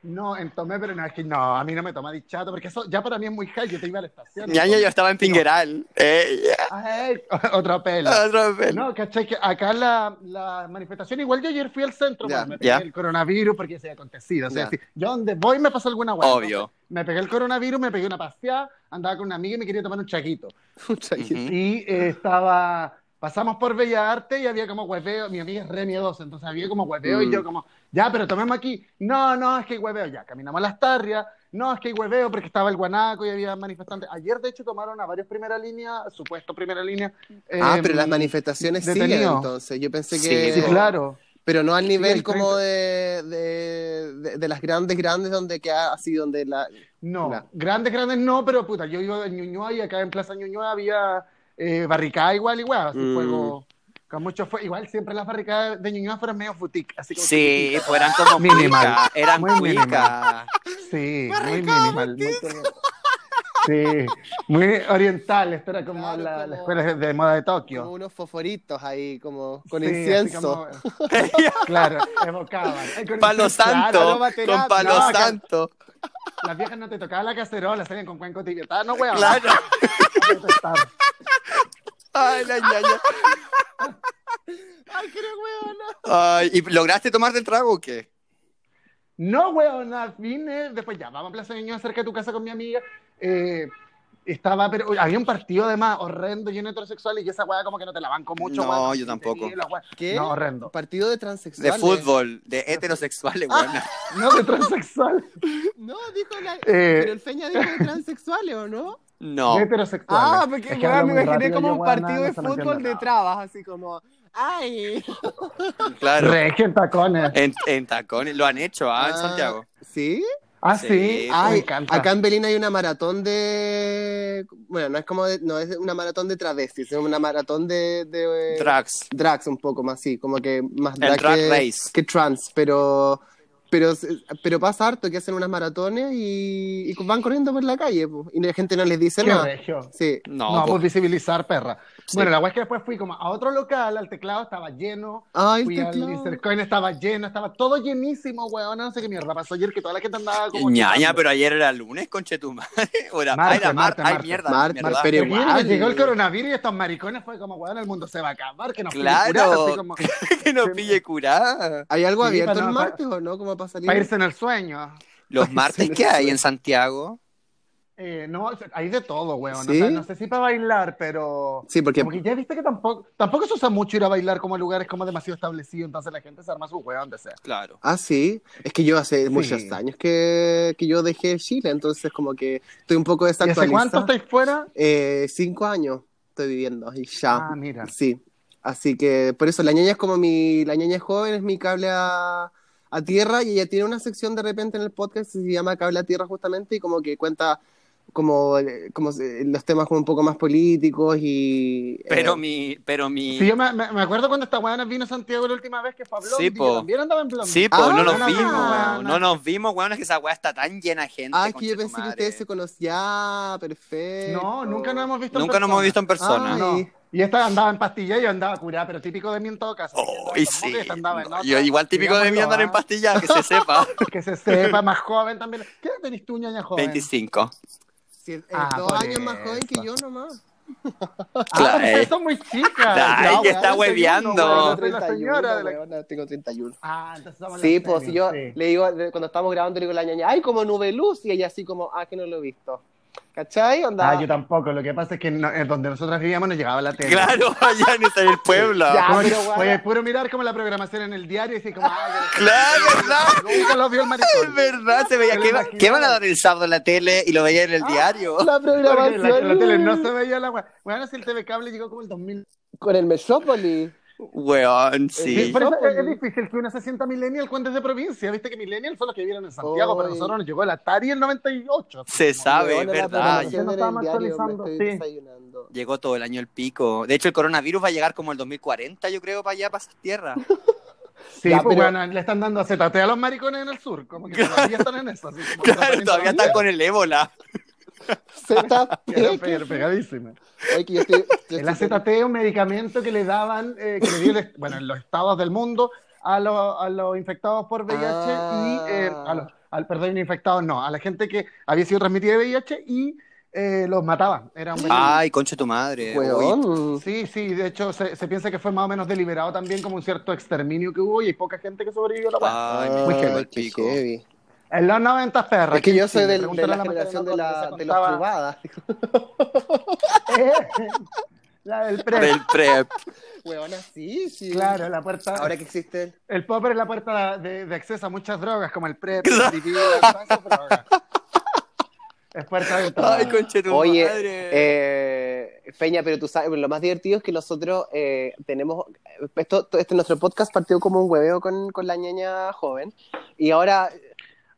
No, en Tomé, pero no, es que no, a mí no me toma dichato, porque eso ya para mí es muy high, yo te iba a la estación. Ñaña, yo estaba en Pingueral. Eh, ya. Ay, otro pelo. Otra vez. No, ¿cachai? Que acá la, la manifestación, igual yo ayer fui al centro, Ya, bueno, me pegué ya. el coronavirus porque se había acontecido. O sea, Ya. sí, yo donde voy me pasó alguna hueá. Obvio. Me pegué el coronavirus, me pegué una paseada, andaba con una amiga y me quería tomar un chaquito. Pucha, que- Ujú. Y eh, estaba, pasamos por Bella Arte y había como hueveo, mi amiga es re miedosa, entonces había como hueveo y Mm. yo como, ya, pero tomemos aquí. No, no, es que hay hueveo, ya, caminamos las tarrias, no, es que hay hueveo porque estaba el guanaco y había manifestantes. Ayer, de hecho, tomaron a varios primera línea, supuesto primera línea. Ah, em, pero las manifestaciones siguen detenido. entonces. Yo pensé Sí, que Sí, claro. pero no al nivel el como de, de, de- de las grandes grandes donde queda así donde la No, Claro. grandes, grandes no, pero puta, yo iba en Ñuñoa y acá en Plaza Ñuñoa había eh, barricada igual, igual, así Mm. fuego, con mucho fuego. Igual siempre las barricadas de Ñuñoa fueron medio boutique, así como Sí, pues eran como Minimal. cuica, eran Muy cuica. Sí, muy minimal. muy como- sí, muy oriental. Esto era como Claro, la, como- la escuela de- de moda de como Tokio. unos fosforitos ahí como con Sí, así incienso. como- claro, evocaban. Ay, con- Palo claro, santo, aromaterapia. con palo No, que santo. Las viejas no te tocaban la cacerola, salían con cuenco tibetano, weón. Claro. Ay, la ñaña. Ay, qué huevona. Ay, ¿y lograste tomarte el trago o qué? No, weona, vine, después ya, vamos a Plaza Niño cerca de tu casa con mi amiga. eh, estaba, pero uy, había un partido además horrendo, lleno de heterosexuales, y esa weá como que no te la banco mucho, No, weón. yo tampoco. La weá- ¿Qué? No, horrendo. Partido de De transexuales. fútbol, de heterosexuales, weona. Ah. No, de transexual. No, dijo la Eh, Pero el Feña dijo de transexuales, ¿o no? No. de heterosexual. Ah, porque Es que weón, habla me muy imaginé rápido, como yo, un weón, partido no, de no se me fútbol entiende de nada. trabas, así como, ¡ay! Claro. Re, que en tacones. En, en tacones, lo han hecho, ¿ah? En Ah, Santiago. ¿Sí? Ah, Sí, sí. pues, Ay, me Ay, encanta. acá en Belín hay una maratón de. Bueno, no es como. de- No es una maratón de travestis, es una maratón de. de eh, Tracks. drags, un poco más, sí, como que más El drag que, race. que trans, pero. Pero, se- pero pasa harto que hacen unas maratones y, y van corriendo por la calle po, y la gente no les dice Qué nada. regio. Sí. No, pues. No, pues, po. por visibilizar, perra. Bueno, la weá es que después fui como a otro local, al teclado estaba lleno. Ay, Fui el al teclado. Mr. Coin, estaba lleno, estaba todo llenísimo, weón. No sé qué mierda pasó ayer, que toda la gente andaba como. ñaña, chupando. pero ayer era lunes, conchetumare. O era, ah, Martes, era martes, martes, ay, martes. mierda. Martes, mierda. martes, pero- Pero mierda, igual. llegó el coronavirus y estos maricones fue como, weón, el mundo se va a acabar, que nos pille Claro. curado, así como, que no pille curada. ¿Hay algo Sí, abierto para el no- para- martes o no? ¿Cómo pasa para irse en el sueño. Los Ay, martes se me que hay fue. en Santiago. Eh, no, hay de todo, weón. ¿Sí? O sea, no sé si para bailar, pero. Sí, porque Como que ya viste que tampoco, tampoco se usa mucho ir a bailar como en lugares como demasiado establecido, entonces la gente se arma su weón donde sea. Claro. Ah, sí. Es que yo hace muchos años que, que yo dejé Chile, entonces como que estoy un poco ¿Y hace cuánto desactualizado. estáis fuera? Eh, cinco años estoy viviendo y ya. Ah, mira. Sí. Así que por eso la ñaña es como mi. La ñaña es joven, es mi cable a, a tierra y ella tiene una sección de repente en el podcast que se llama Cable a tierra justamente y como que cuenta como, eh, como eh, los temas como un poco más políticos y. Pero eh, mi, pero mi. Sí, yo me, me- me acuerdo cuando esta weona vino a Santiago la última vez que fue a Blondie, Sí, que po. también andaba en Blondie. Sí, po, Ah, no nos no, vimos, no, no nos vimos, weón, es que esa weá está tan llena de gente. Ah, es que yo pensé que conchetumare. ustedes se conocían. Ya, perfecto. No, nunca nos hemos visto en Nunca nos hemos visto persona. en persona. Ay. No. Y esta andaba en pastilla y yo andaba curada, pero típico de mí en todo caso. Oh, Porque y tampoco sí. esta andaba en No, otra. yo igual típico de mí Digámoslo, andar en ¿ah? pastillas, que se sepa. Que se sepa, más joven también. ¿Qué edad tenés tú, ñaña joven? 25. Sí, es Ah, eh, dos por años más joven que eso. yo nomás. Ah, Claro, eh. ustedes son muy chicas. Ay, Ya, que weón, está 31, hueveando. Tengo weón, yo soy la 31, señora de la- weona, tengo 31. Ah, entonces somos Sí, las pues seniors, yo sí. le digo, de- cuando estamos grabando, le digo a la ñaña, ay, como nube luz, y ella así como, ah, que no lo he visto. ¿Cachai? Onda. Ah, yo tampoco. Lo que pasa es que no- eh, donde nosotras vivíamos no llegaba la tele. Claro, allá en esa- en el pueblo. Ya. Como que- pero, weón. oye, puro mirar como la programación en el diario y decir como, ah, yo- Claro, ¿verdad? nunca lo vio el Es maricón. verdad, se veía. Me lo ¿Qué, va- imaginaba. qué van a dar el sábado en la tele y lo veía en el diario? La Porque en programación la, en la tele no se veía la agua. Bueno, si el TV cable llegó como el 2000. con el Metrópolis. Weón, Sí, pues, sí. por eso es, es difícil que uno se sienta millennial cuando es de provincia. Viste que millennial son los que vivieron en Santiago, pero Oy. nosotros nos llegó el Atari el 98. así Se como- sabe, es Weona, la verdad. programación era Nos el estábamos diario, me actualizando, estoy sí. desayunando. Llegó todo el año el pico. De hecho, el coronavirus va a llegar como el 2040, yo creo, para allá, para esas tierras. Sí, Ya, pues pero- bueno, le están dando ZT a los maricones en el sur, como que todavía están en eso. así como Claro, todavía están con el ébola. Se está- Quedó pe- pegadísima. Ay, que yo estoy- yo El estoy- AZT es un medicamento que le daban, eh, que le dio, el est- bueno, en los estados del mundo, a, los- a los infectados por VIH Ah. y, eh, a los, al, perdón, infectados no, a la gente que había sido transmitida de VIH y eh, los mataban. Era un Ah. Ay, conche tu madre. Uy. Weón. Sí, sí, de hecho se, se piensa que fue más o menos deliberado también como un cierto exterminio que hubo y hay poca gente que sobrevivió a la Ah. weá. Ay, Muy me heavy, el qué pico. heavy. En los 90 perras. Es que yo soy Sí, del- de pregúntale a la Macarena generación de, dónde la, se de los contaba- privadas. La del pre. Del prep. Weón, sí, sí. Claro, la puerta. Ahora que existe. El popper es la puerta de, de acceso a muchas drogas, como el PrEP, el PRIP, esas drogas. Es puerta de entrada. Ay, conche tu Oye, madre. eh, Peña, pero tú sabes, lo más divertido es que nosotros eh, tenemos, esto, este, nuestro podcast partió como un hueveo con, con la ñaña joven y ahora...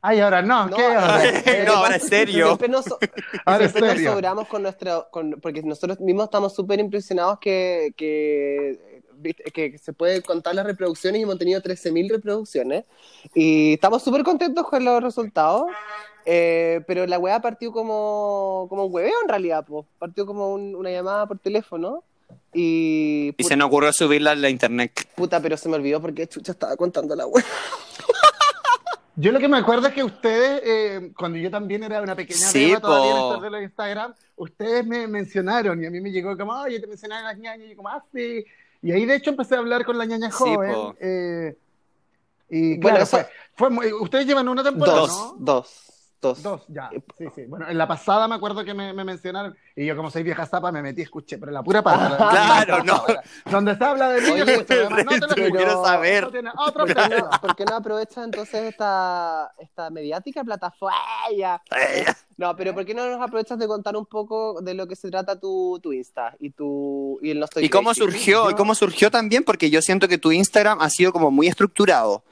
Ay, ahora no, ¿qué? Ahora, eh, No, ahora es serio. Siempre nos, ahora es siempre nos Ah, serio. sobramos con nuestro, con- porque nosotros mismos estamos súper impresionados que, que, viste, que se puede contar las reproducciones y hemos tenido 13.000 reproducciones y estamos súper contentos con los resultados. Eh, pero la weá partió como, como un hueveo en realidad, po. partió como un- una llamada por teléfono y, Y pu- se nos ocurrió subirla a la internet. puta, pero se me olvidó porque chucha estaba contando la weá. Yo lo que me acuerdo es que ustedes, eh, cuando yo también era una pequeña Sí, beba todavía en po. esto de los Instagram, ustedes me mencionaron y a mí me llegó como, oye, te mencionaron las ñañas, y yo como, ah, sí. Y ahí de hecho empecé a hablar con la ñaña Sí, joven. po. eh, y Bueno, claro, eso- fue, fue muy- ustedes llevan una temporada, Dos, ¿no? dos, dos, Eh, Dos, ya. Sí, sí. Bueno, en la pasada me acuerdo que me, me mencionaron y yo, como soy vieja zapa, me metí y escuché, pero la pura parte. Ah, Claro, no. Donde se habla de mí, yo Oye, escucho, pero además no te lo yo escucho. quiero saber. No tiene otro ¿Por qué, problema. no, por qué no aprovechas entonces esta, esta mediática plataforma? No, pero ¿por qué no nos aprovechas de contar un poco de lo que se trata tu, tu Insta y tu y el No Estoy ¿Y cómo Crazy? surgió? ¿Y cómo surgió también? Porque yo siento que tu Instagram ha sido como muy estructurado.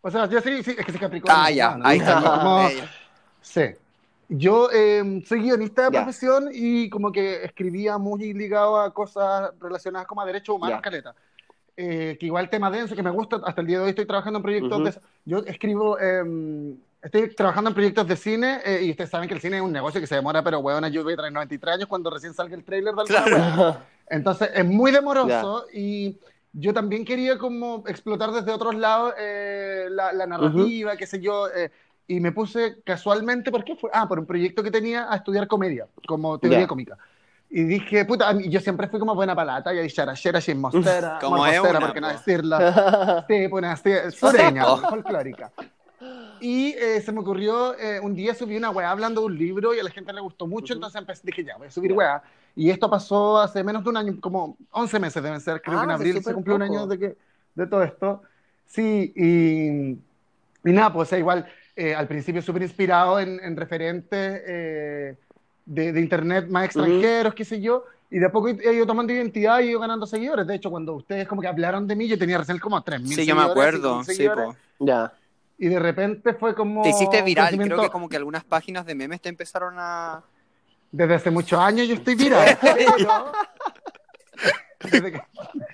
O sea, yo sí, sí, es que soy Capricornio. Ah, ya, hermano, ahí ¿no? está. Como- Ella. Sí. Yo eh, soy guionista de Ya. profesión y como que escribía muy ligado a cosas relacionadas como a derechos humanos, Ya. caleta. eh, que igual tema denso, que me gusta, hasta el día de hoy estoy trabajando en proyectos Ujú. de... Yo escribo, eh, estoy trabajando en proyectos de cine eh, y ustedes saben que el cine es un negocio que se demora, pero weón, yo voy a tener 93 años cuando recién salga el trailer de alguna weá. Entonces es muy demoroso y yo también quería como explotar desde otros lados eh, la, la narrativa, qué sé yo, eh, y me puse casualmente, ¿por qué fue? Ah, por un proyecto que tenía a estudiar comedia, como teoría Ya. cómica. Y dije, puta, a mí- yo siempre fui como buena palata, y charachera, chismostera, Como es mormostera, una, por qué no po. decirla. Sí, pone así, sureña, Oh. folclórica. Y eh, se me ocurrió, eh, un día subí una weá hablando de un libro y a la gente le gustó mucho, entonces empecé, dije, ya, voy a subir weá. Y esto pasó hace menos de un año, como 11 meses deben ser, creo Ah, que en hace abril se súper cumplió un poco. año de, que, de todo esto. Sí, y, y nada, pues o sea, igual, eh, al principio súper inspirado en, en referentes eh, de, de internet más extranjeros, qué sé yo, y de a poco he ido tomando identidad y he ido ganando seguidores. De hecho, cuando ustedes como que hablaron de mí, yo tenía recién como 3.000 Sí, yo me seguidores, acuerdo. 5.000 Sí, seguidores, po. Ya. y de repente fue como Te hiciste un viral. Creo crecimiento- que como que algunas páginas de memes te empezaron a. Desde hace muchos años yo estoy viral. pero- Desde que-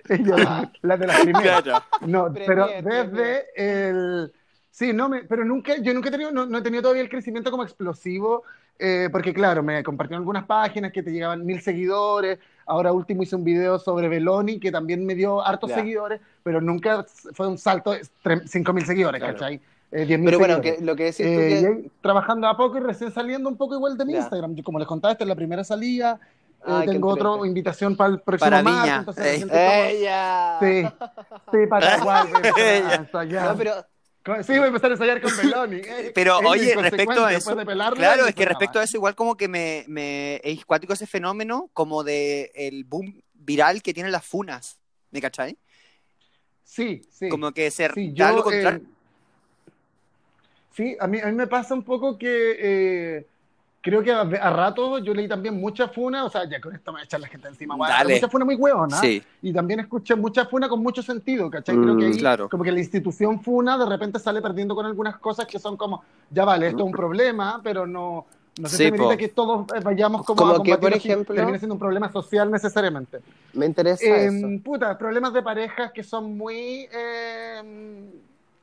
Ella, la de las primeras. No, pero Premier, desde el... Sí, no, me- pero nunca, yo nunca he tenido, no, no he tenido todavía el crecimiento como explosivo, eh, porque claro, me compartieron algunas páginas que te llegaban mil seguidores, ahora último hice un video sobre Beloni que también me dio hartos Ya. seguidores, pero nunca s- fue un salto de tre- cinco mil seguidores, Claro. ¿cachai? Eh, diez mil Pero bueno, seguidores. que, lo que decís tú Eh, que- y ahí trabajando a poco y recién saliendo un poco igual de mi Ya. Instagram. Yo, como les contaba, esta es la primera salida. Eh, Ay, qué tengo otra entrete. invitación para el próximo Para marzo, Viña. entonces, Ey. recién estoy como- Eh, ¡Ella! Sí, sí, para Paraguay, Ella. para ensayar. No, pero Con- Sí, voy a empezar a ensayar con Beloni. Pero, Ella oye, inconsecuente, respecto a después eso- de pelarla, Claro, es después que nada respecto a más. eso, igual como que me, me es cuático ese fenómeno como de el boom viral que tienen las funas. ¿Me cachai? Sí, sí. Como que se Sí, da yo, lo contrario. eh, sí, a mí, a mí me pasa un poco que eh, creo que a, a ratos yo leí también mucha funa, o sea, ya con esto me va a echar la gente encima, weón, Dale. mucha funa muy huevona, Sí. y también escuché mucha funa con mucho sentido, ¿cachai? Mm, Creo que ahí claro. como que la institución funa de repente sale perdiendo con algunas cosas que son como, ya vale, esto es un problema, pero no, no sé Sí, si merita po. que todos eh, vayamos como, Como a que, combatir por así, ejemplo- termine siendo un problema social necesariamente. me interesa eso. Em, puta, problemas de parejas que son muy... em,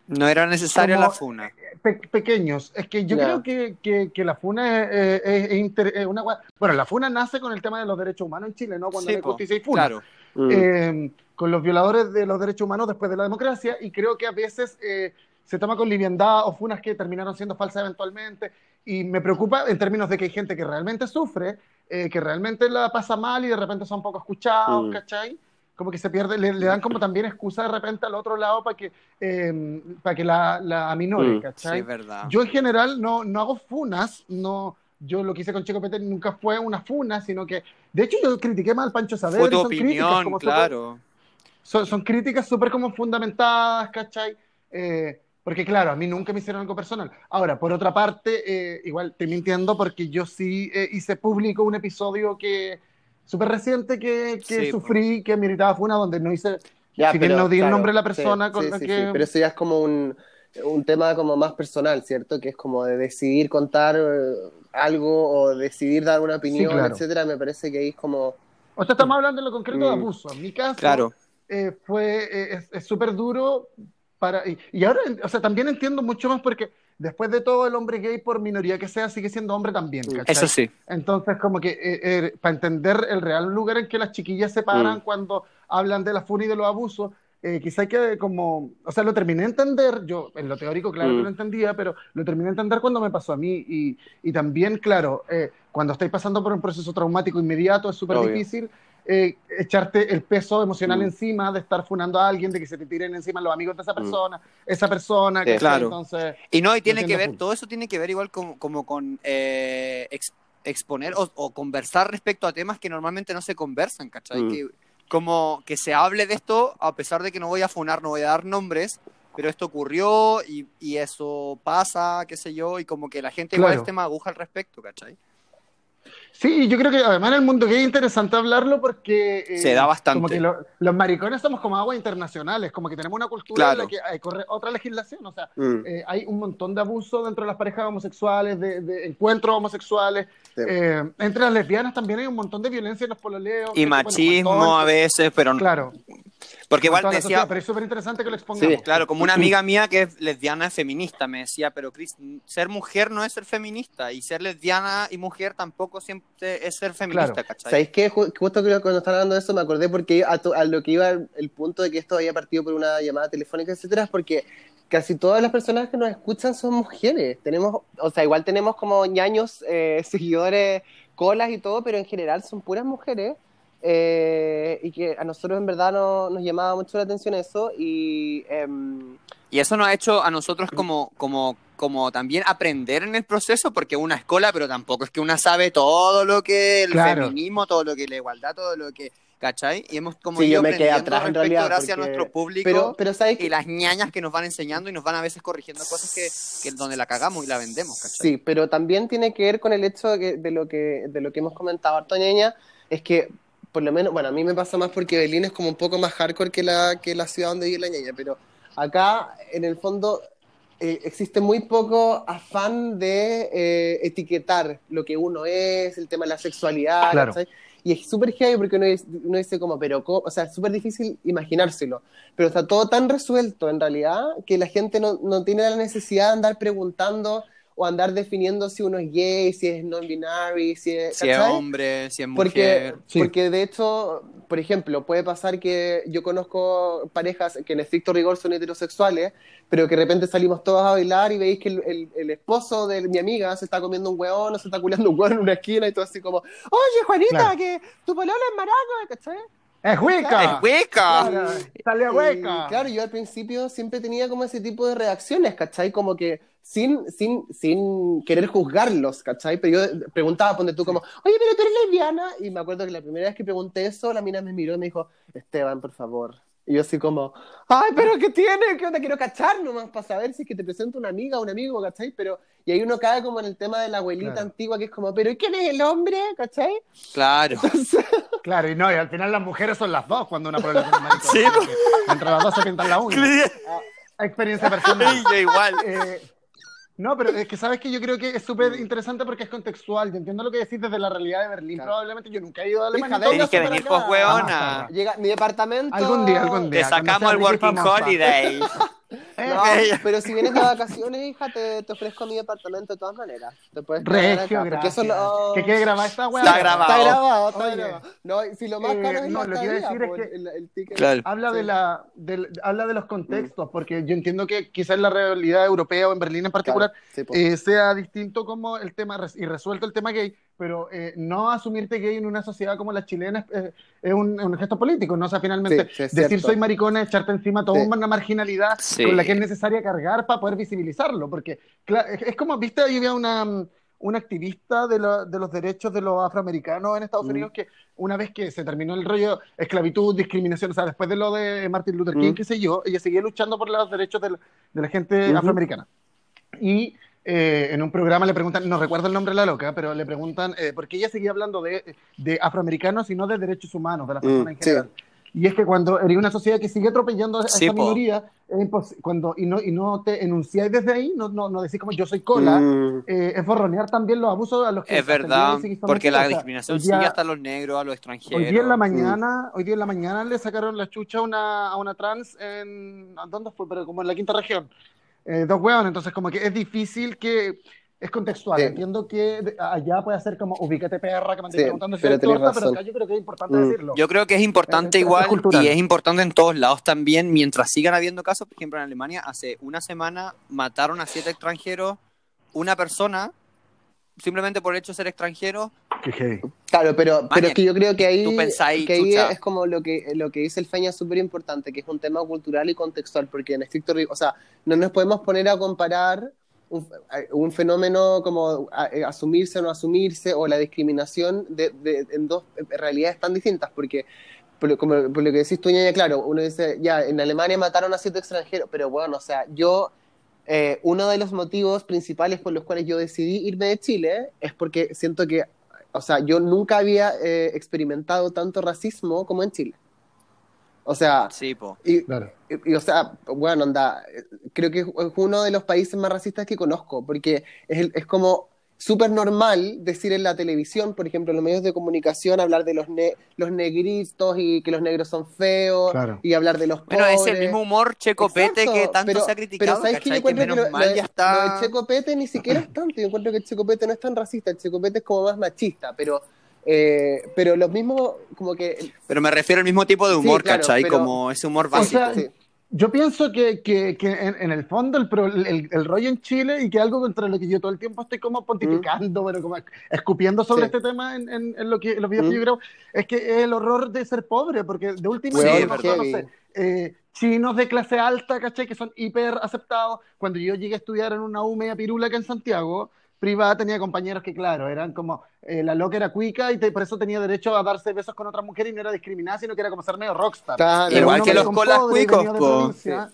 No era necesaria Como- eh, la funa. Pe- pequeños. Es que yo Ya. creo que, que, que la FUNA es, eh, es- es inter- es una... gua- Bueno, la FUNA nace con el tema de los derechos humanos en Chile, ¿no? Cuando Sí, hay po, justicia y FUNA. Claro. Mm. Eh, con los violadores de los derechos humanos después de la democracia y creo que a veces eh, se toma con liviandad o funas que terminaron siendo falsas eventualmente y me preocupa en términos de que hay gente que realmente sufre, eh, que realmente la pasa mal y de repente son poco escuchados, Mm. ¿cachai? Como que se pierde, le, le dan como también excusa de repente al otro lado para que, eh, para que la, la aminore, Mm, Sí, ¿cachai? es verdad. Yo en general no, no hago funas, no, yo lo que hice con Chico Pete nunca fue una funa, sino que, de hecho yo critiqué más al Pancho Saber. Fue y tu son críticas opinión, como súper- claro. son, son críticas súper como fundamentadas, ¿cachai? Eh, porque claro, a mí nunca me hicieron algo personal. Ahora, por otra parte, eh, igual te mintiendo porque yo sí eh, hice público un episodio que súper reciente que, que Sí, sufrí, que meritaba funa, donde no hice... Ya, si bien pero, no di el claro, nombre de la sí, persona con sí, la sí, que... sí, pero eso ya es como un, un tema como más personal, ¿cierto? Que es como de decidir contar eh, algo o decidir dar una opinión, claro. etcétera. Me parece que ahí es como... O sea, estamos hablando en lo concreto de Mm. abuso. En mi caso, Claro. eh, fue, eh, es- es súper duro para... Y, y ahora, o sea, también entiendo mucho más porque después de todo, el hombre gay, por minoría que sea, sigue siendo hombre también, Mm. ¿cachai? Eso sí. Entonces, como que eh, para entender el real lugar en que las chiquillas se paran Mm. cuando hablan de la funa y de los abusos, eh, quizá hay que como, o sea, lo terminé de entender, yo en lo teórico claro que Mm. lo entendía, pero lo terminé de entender cuando me pasó a mí y, y también, claro, eh, cuando estáis pasando por un proceso traumático inmediato es súper Obvio. difícil eh, echarte el peso emocional Mm. encima de estar funando a alguien, de que se te tiren encima los amigos de esa persona, esa persona, Sí. ¿cachai? Claro. Entonces, Y no, y tiene que entiendo ver, full. todo eso tiene que ver igual como, como con eh, ex- exponer o, o conversar respecto a temas que normalmente no se conversan, ¿cachai? Mm. Que, como que se hable de esto, a pesar de que no voy a funar, no voy a dar nombres, pero esto ocurrió y, y eso pasa, qué sé yo, y como que la gente igual Claro. esté más aguja al respecto, ¿cachai? Sí, y yo creo que además en el mundo gay es interesante hablarlo porque... eh, Se da bastante. Como que lo- los maricones somos como aguas internacionales, como que tenemos una cultura Claro. en la que eh, corre otra legislación, o sea, mm, eh, hay un montón de abuso dentro de las parejas homosexuales, de, de encuentros homosexuales, Sí. eh, entre las lesbianas también hay un montón de violencia en los pololeos. Y ¿cachai? Bueno, machismo con todo a eso. veces, pero Claro, Porque igual Toda me la sociedad, decía, Pero es súper interesante que lo Sí, expongamos. claro, como Mm. una amiga mía que es lesbiana es feminista, me decía, pero Chris, ser mujer no es ser feminista y ser lesbiana y mujer tampoco siempre es ser feminista, Claro. ¿cachai? ¿Sabéis qué? Ju- Justo creo que cuando estaban hablando de eso me acordé porque a, to- a lo que iba el, el punto de que esto había partido por una llamada telefónica, etcétera, es porque casi todas las personas que nos escuchan son mujeres. Tenemos, o sea, igual tenemos como ñaños, eh, seguidores, colas y todo, pero en general son puras mujeres. eh, y que a nosotros en verdad no- nos llamaba mucho la atención eso y em, Y eso nos ha hecho a nosotros Mm. como, como, como también aprender en el proceso, porque una escuela, pero tampoco es que una sabe todo lo que el Claro. feminismo, todo lo que la igualdad, todo lo que, ¿cachai? Y hemos como Sí, ido yo me quedé aprendiendo atrás en respecto realidad, gracias a porque- nuestro público pero pero sabéis y las ñañas que nos van enseñando y nos van a veces corrigiendo cosas que, que donde la cagamos y la vendemos, ¿cachai? Sí, pero también tiene que ver con el hecho de, que- de lo, que, de lo que hemos comentado harto, ñeña, es que, por lo menos, bueno, a mí me pasa más porque Berlín es como un poco más hardcore que la, que la ciudad donde vive la ñeña, pero acá, en el fondo, eh, existe muy poco afán de eh, etiquetar lo que uno es, el tema de la sexualidad, Claro. ¿cachai? Y es súper heavy porque uno, es- uno dice como, pero, ¿cómo? o sea, es súper difícil imaginárselo. Pero está todo tan resuelto en realidad que la gente no, no tiene la necesidad de andar preguntando o andar definiendo si uno es gay, si es non-binary, si es... Si es ¿cachai? hombre, si es Porque, mujer. Sí. porque de hecho, por ejemplo, puede pasar que yo conozco parejas que en estricto rigor son heterosexuales, pero que de repente salimos todos a bailar y veis que el, el- el esposo de mi amiga se está comiendo un hueón o se está culeando un hueón en una esquina y todo así como, oye Juanita, Claro. que tu polola es maraca, ¿cachai? ¡Es ¡Es Wicca! hueca! Claro, ¡Sale a Y, Wicca! claro, yo al principio siempre tenía como ese tipo de reacciones, ¿cachai? Como que sin, sin, sin querer juzgarlos, ¿cachai? Pero yo preguntaba, ponte tú como, oye, pero tú eres lesbiana. Y me acuerdo que la primera vez que pregunté eso, la mina me miró y me dijo, Esteban, por favor. Y yo así como, ay, Ah. pero ¿qué tiene? ¿Qué onda? Quiero cachar nomás para saber si es que te presento una amiga o un amigo, ¿cachai? Pero, y ahí uno cae como en el tema de la abuelita Claro. antigua que es como, pero ¿y quién es el hombre? ¿Cachai? Claro. Claro, y no, y al final las mujeres son las dos cuando una prueba con un maricón. Sí. pues. Así que Entre las dos se pintan la uña. Experiencia personal. Yo igual. Eh, no, pero es que sabes que yo creo que es súper interesante porque es contextual. Yo entiendo lo que decís desde la realidad de Berlín. Claro. Probablemente yo nunca he ido a Alemania. Hija, Tienes que Venga, venir, súper pues, acá. hueona. Llega mi departamento. Ah. Algún día, algún día. Te sacamos el cuando sea Working rica y famosa. Holiday. Eh, No, Ella. pero si vienes de vacaciones, hija, te, te ofrezco mi departamento de todas maneras. Te puedes quedar acá, Regio, porque gracias. eso lo- Eh, Que quede grabada esta hueá. Está grabada. Está grabado, está Oye. grabado. No, y si lo más Eh, caro es no, la lo que iba a estadía, decir es po, que- el, el ticket. Claro. Habla, Sí. Mm. de la, del- habla de los contextos, porque yo entiendo que quizás la realidad europea o en Berlín en particular Claro, sí, po. eh, sea distinto como el tema res- y resuelto el tema gay, pero eh, no asumirte gay en una sociedad como la chilena es, eh, es un, es un gesto político, ¿no? O sea, finalmente Sí, sí, es decir cierto. soy maricón es echarte encima toda Sí. una marginalidad Sí. con la que es necesaria cargar para poder visibilizarlo, porque cla- es es como, viste, ahí había una, mm, una activista de, la- de los derechos de los afroamericanos en Estados Mm. Unidos que una vez que se terminó el rollo esclavitud, discriminación, o sea, después de lo de Martin Luther King, Mm. qué sé yo, ella seguía luchando por los derechos de la, de la gente Ujú. afroamericana. Y eh, en un programa le preguntan, no recuerdo el nombre de la loca, pero le preguntan, eh, porque ella seguía hablando de, de afroamericanos y no de derechos humanos, de las Mm, personas en sí. general. Y es que cuando eres una sociedad que sigue atropellando a Sí, esa po. minoría, es impos- cuando, y, no, y no te enunciáis desde ahí, no, no, no decís como yo soy cola, Mm. eh, es borronear también los abusos a los que Es verdad, atendieron y son porque la mentirosos. discriminación Hoy día- sigue hasta Mm. a los negros, a los Hoy día en la extranjeros. mañana, hoy día en la mañana le sacaron la chucha a una, a una trans en ¿a ¿dónde fue? Pero como en la quinta región. Eh, dos hueones, entonces como que es difícil que es contextual. Sí. Entiendo que de- allá puede ser como ubícate perra que me Sí, estoy preguntando si pero hay tenés torta, pero razón. acá yo creo que es importante Mm. decirlo. Yo creo que es importante Eh, Es- es igual cultural. y es importante en todos lados también, mientras sigan habiendo casos, por ejemplo en Alemania hace una semana mataron a siete extranjeros, una persona, simplemente por el hecho de ser extranjero, Claro, pero, pero es que yo creo que ahí, tú pensáis, que ahí chucha. es como lo que, lo que dice el Feña es súper importante, que es un tema cultural y contextual, porque en estricto rigor, o sea, no nos podemos poner a comparar un, un fenómeno como a- eh, asumirse o no asumirse, o la discriminación de, de- en dos realidades tan distintas, porque por lo, como, por lo que decís tú, Ñaña, claro, uno dice, ya, en Alemania mataron a siete extranjeros, pero bueno, o sea, yo eh, uno de los motivos principales por los cuales yo decidí irme de Chile es porque siento que, o sea, yo nunca había eh, experimentado tanto racismo como en Chile. O sea, sí, po. y, Claro. y- y, o sea, bueno, anda, eh, creo que es uno de los países más racistas que conozco, porque es, el- es como súper normal decir en la televisión, por ejemplo, en los medios de comunicación, hablar de los, ne- los negritos y que los negros son feos Claro. y hablar de los Bueno, es el pobres. mismo humor checopete Exacto, que tanto pero- se ha criticado, Pero sabes que yo ¿cachai? Que encuentro que, menos lo- lo, mal de- ya está... lo de Checopete ni siquiera es tanto. Yo encuentro que el Checopete no es tan racista, el Checopete es como más machista, pero eh, pero los mismos, como que. Pero me refiero al mismo tipo de Sí, humor, claro, ¿cachai? pero- Como ese humor O básico. sea, sí. yo pienso que, que- que en, en el fondo el, pro- el- el rollo en Chile y que algo contra lo que yo todo el tiempo estoy como pontificando, pero como escupiendo sobre Mm. Sí. este tema en, en- en lo que, en los videos Mm. que yo grabo, es que es el horror de ser pobre, porque de última Sí, yo es conozco, verdad. no sé, eh, chinos de clase alta, ¿cachai? Que son hiper aceptados. Cuando yo llegué a estudiar en una U media pirula acá en Santiago, privada tenía compañeros que, claro, eran como, eh, la loca era cuica y te- por eso tenía derecho a darse besos con otra mujer y no era discriminada, sino que era como ser medio rockstar. Claro. Pero Ah, Igual uno que los maricón colas pobre cuicos, venía de po. provincia.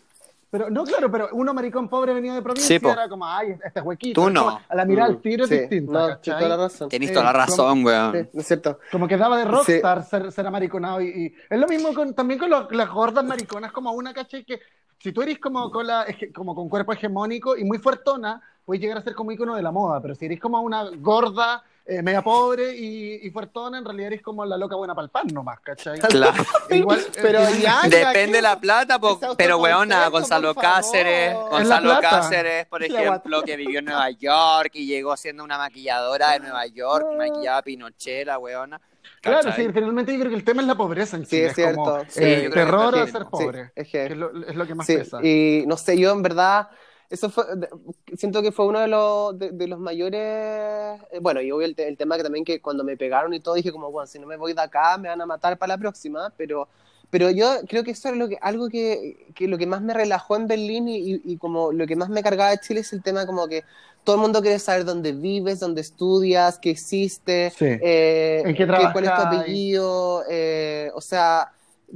Pero, no, claro, pero uno maricón pobre venía de provincia Sí, po. era como, ay, este es huequito. Tú Es como, no. A la mirada al Mm, tiro es sí, distinta, no, ¿cachai? toda la razón. Tenés Eh, toda la como- razón, Sí, weón. no es cierto. Como que daba de rockstar ser, ser amariconado. Y, y- es lo mismo con, también con los- las gordas mariconas, como una, ¿cachai? Que si tú eres como, con la- hege- como con cuerpo hegemónico y muy fuertona, puedes llegar a ser como ícono de la moda. Pero si eres como una gorda, eh, media pobre y, y fuertona, en realidad eres como la loca buena para el pan nomás, ¿cachai? Claro. Igual, eh, Pero tiene- ya, Depende de la plata, po- Ese pero weona, autoconcepto, Gonzalo por favor. Cáceres, Es la Gonzalo plata. Cáceres, por Es la ejemplo, que vivió en Nueva York y llegó siendo una maquilladora de Nueva York, Ah. y maquillaba a Pinochet, la weona. Claro, ¿Cachai? sí, finalmente yo creo que el tema es la pobreza en Sí, Chile, es es como, cierto. Sí, eh, yo creo que terror a también. ser Sí. pobre, es que- que es lo, es lo que más Sí, pesa. y no sé, yo en verdad, eso fue, de- siento que fue uno de los, de, de los mayores, eh, bueno, y hoy el, te- el tema que también que cuando me pegaron y todo, dije como, bueno, si no me voy de acá, me van a matar para la próxima, pero, pero yo creo que eso es lo que, algo que, que lo que más me relajó en Berlín y, y- y como lo que más me cargaba de Chile es el tema como que todo el mundo quiere saber dónde vives, dónde estudias, qué hiciste, Sí. eh, ¿En qué qué- cuál es tu trabajáis? apellido, eh, o sea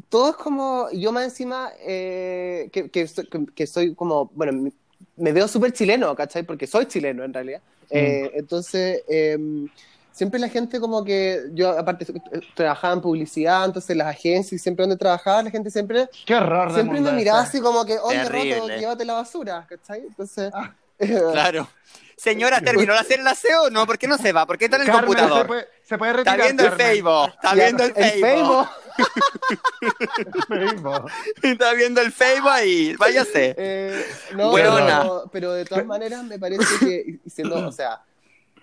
todo es como, yo más encima, eh, que, que, so- que- que soy como, bueno, me- me veo súper chileno, ¿cachai? Porque soy chileno en realidad. Eh, entonces, em, siempre la gente como que, yo aparte eh, trabajaba en publicidad, entonces las agencias, y siempre donde trabajaba, la gente siempre, Qué horror de siempre mundo me ese. miraba así como que, oye, Terrible. roto, llévate la basura, ¿cachai? Entonces, Ah, Claro. Señora, ¿terminó de hacer el aseo? No, ¿por qué no se va? ¿Por qué está en el Carmen, se computador? puede, se puede Está retirar, viendo el Carmen. Facebook, está viendo el el Facebook, Facebook, Facebook. está viendo el Facebook ahí, váyase. Eh, no, Hueona. pero, pero de todas maneras me parece que, y siendo, o sea,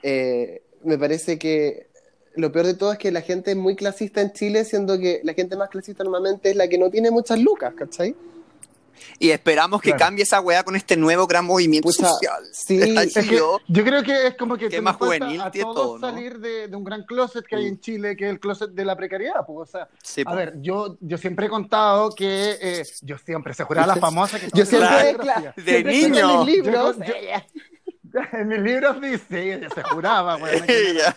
eh, me parece que lo peor de todo es que la gente es muy clasista en Chile, siendo que la gente más clasista normalmente es la que no tiene muchas lucas, ¿cachai? Y esperamos que Claro. cambie esa weá con este nuevo gran movimiento Pucha, social. sí. Está Es Es que chido. yo creo que es como que Que se más nos falta juvenil a tiene todos todo, ¿no? salir de, de un gran closet que hay en Chile, que es el closet de la precariedad. Pues, o sea, Sí, a po. ver, yo, yo siempre he contado que eh, yo siempre, se juraba la famosa que Yo siempre, Claro. cla- De siempre escribo en niño. mis libros, Yo- en mis libros dice, se juraba, güey. Ya.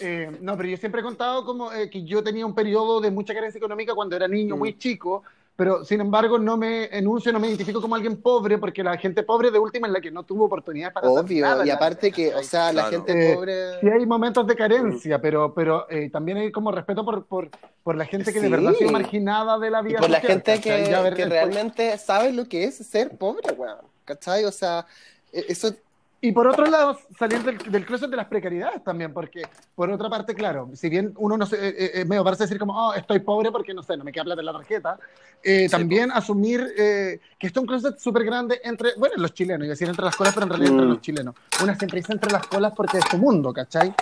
Eh, no, pero yo siempre he contado como eh, que yo tenía un periodo de mucha carencia económica cuando era niño, Mm. muy chico, pero sin embargo no me enuncio, no me identifico como alguien pobre, porque la gente pobre de última es la que no tuvo oportunidades para hacer nada obvio, en y la aparte vida, que, o ¿cachai? sea, la Claro. gente Eh, pobre... Sí hay momentos de Mm. carencia, pero, pero eh, también hay como respeto por, por, por la gente que de Sí. verdad ha sido marginada de la Y vida. por la social, gente ¿cachai? que, Ya ver que el- realmente sabe lo que es ser pobre, weón, ¿cachai? O sea, e- eso... Y por otro lado, salir del, del closet de las precariedades también, porque por otra parte, claro, si bien uno no se, eh, eh, eh, medio parece decir como, oh, estoy pobre porque no sé, no me queda plata en la tarjeta, eh, también pues. asumir eh, que esto es un closet súper grande entre, bueno, los chilenos, y decir entre las colas, pero en realidad Mm. entre los chilenos. Una siempre dice entre las colas porque es su mundo, ¿cachai?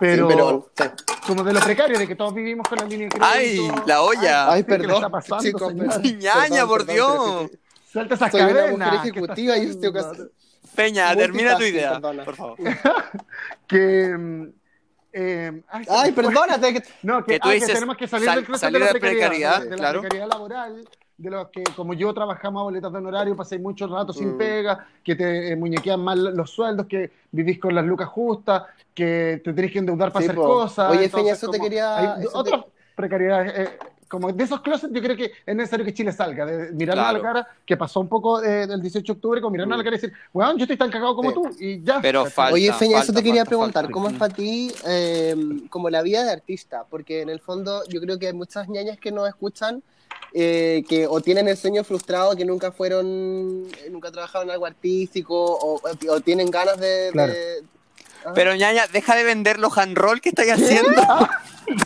Pero, Sí, pero- sí. como de lo precario, de que todos vivimos con la línea de Ay, crédito. la olla. Ay, Ay, sí, ¿qué le perdón, está pasando, chicos, señor? perdón. Ñaña, por Dios. Suelta esas Soy una cadenas. mujer ¿qué estás ejecutiva y este estoy haciendo? ocas- Peña, termina tu Multitasking, idea, perdona. por favor. Que... mm, eh, ay, se Ay, me fue. perdónate. que- No, que, Que tú ah, que dices, tenemos que salir sal- del closet salir de la de la precariedad, precariedad, de la claro. precariedad laboral, de los que, como yo, trabajamos a boletas de honorario, pasé mucho rato sin pega, que te eh, muñequean mal los sueldos, que vivís con las lucas justas, que te tenés que endeudar para Sí, hacer po. cosas. Oye, entonces, Feña, eso te como, quería- Hay eso te- otras precariedades. eh, como de esos closets, yo creo que es necesario que Chile salga, de mirarnos a la Claro. cara, que pasó un poco eh, el 18 de octubre, con mirarnos a la cara y decir, weón, yo estoy tan cagado como Sí. tú, y ya. Pero ¿cachai? falta, Oye, Feña, eso falta, te quería falta, preguntar. falta. ¿Cómo es para ti eh, como la vida de artista? Porque en el fondo yo creo que hay muchas ñañas que nos escuchan eh, que o tienen el sueño frustrado, que nunca fueron, eh, nunca trabajaron en algo artístico, o, o tienen ganas de, Claro. de- Pero ñaña, deja de vender los hand roll que estáis haciendo.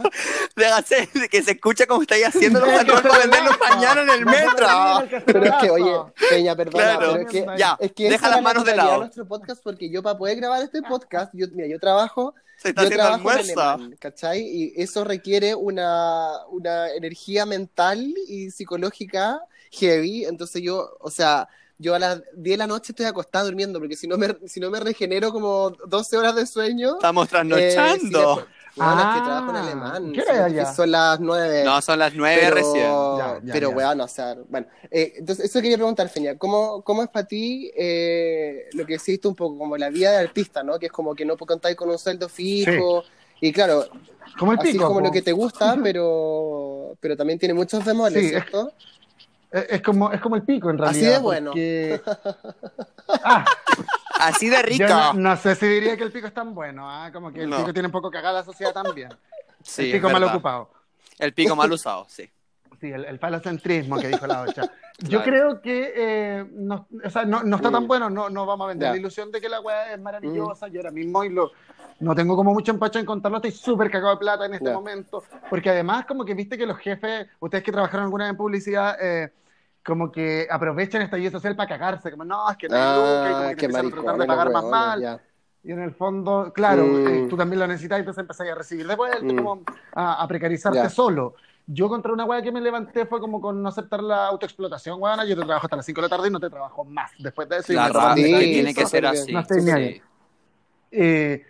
Déjase que se escuche como estáis haciendo los hand roll para venderlos mañana en el metro. Pero es que, oye, Peña, perdona, Claro. pero es que, Ya, es que deja esa las es la manos de naturalidad lado. nuestro podcast, porque yo para poder grabar este podcast, yo, mira, yo trabajo, Se está yo haciendo trabajo en almuerzo. alemán, ¿cachai? Y eso requiere una, una energía mental y psicológica heavy, entonces yo, o sea... Yo a las 10 de la noche estoy acostada durmiendo porque si no me, si no me regenero como 12 horas de sueño, eh, Estamos trasnochando. bueno, es Ah, que trabajo en alemán. ¿qué sí, hora es allá? que Son las nueve. no, son las nueve pero, recién. Ya, ya, pero ya. weón, o sea, bueno. Eh, entonces, eso quería preguntar, Feña. ¿Cómo, cómo es para ti eh, lo que existe un poco como la vida de artista, ¿no? Que es como que no contáis con un sueldo fijo. Y claro, Como el así es pico. como po. lo que te gusta, pero, pero también tiene muchos bemoles, Sí, ¿cierto? Eh, Es como, es como el pico, en Así realidad. de bueno. porque- Ah, Así de yo rico. no, no sé si diría que el pico es tan bueno. ah, Como que el No. pico tiene un poco cagada la sociedad también. Sí, el es pico mal verdad. ocupado. El pico mal usado, sí. Sí, el, el falocentrismo que dijo la Ocha. Claro. Yo creo que eh, no, o sea, no, no está tan Mm. bueno, no, no vamos a vender Ya. Mm. la ilusión de que la weá es maravillosa. Yo ahora mismo y lo, no tengo como mucho empacho en contarlo, estoy súper cagado de plata en este Ya. momento. Porque además, como que viste que los jefes, ustedes que trabajaron alguna vez en publicidad, eh, como que aprovechan esta ayuda social para cagarse. Como, no, es que no hay lucas", y como Ah, que te qué empiezan a tratar maricón. de pagar más mal. Y en el fondo, claro, Mm. eh, tú también lo necesitas y entonces empezás a recibir de vuelta, Mm. como a, a precarizarte Ya. solo. Yo contra una weá que me levanté fue como con no aceptar la autoexplotación, weá, yo te trabajo hasta las 5 de la tarde y no te trabajo más. Después de eso, y La me tomo rata mi que sí, desayuno. tiene que eso ser también. así. No estoy ni sí. ahí. Eh,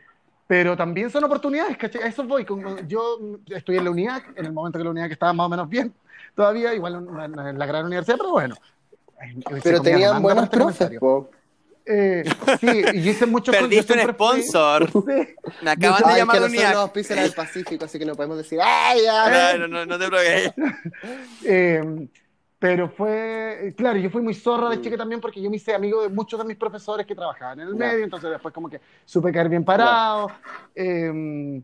pero también son oportunidades, ¿cachai? A eso voy. Como yo estudié en la UNIAC, en el momento que la UNIAC estaba más o menos bien, todavía, igual no- no en la gran universidad, pero bueno. Ay, se Pero comía tenían Armando buenos para este profes, comentario. po. Eh, sí, y hice mucho Perdiste un sponsor. Me acaban de Ay, llamar que de no son unidad. los auspicios del Pacífico, así que no podemos decir, ¡ay, ay! Claro, Ah, no, no te preocupes. Eh, pero fue, claro, yo fui muy zorra de chica también porque yo me hice amigo de muchos de mis profesores que trabajaban en el Mm. Ya. medio, entonces después como que supe caer bien parado. eh,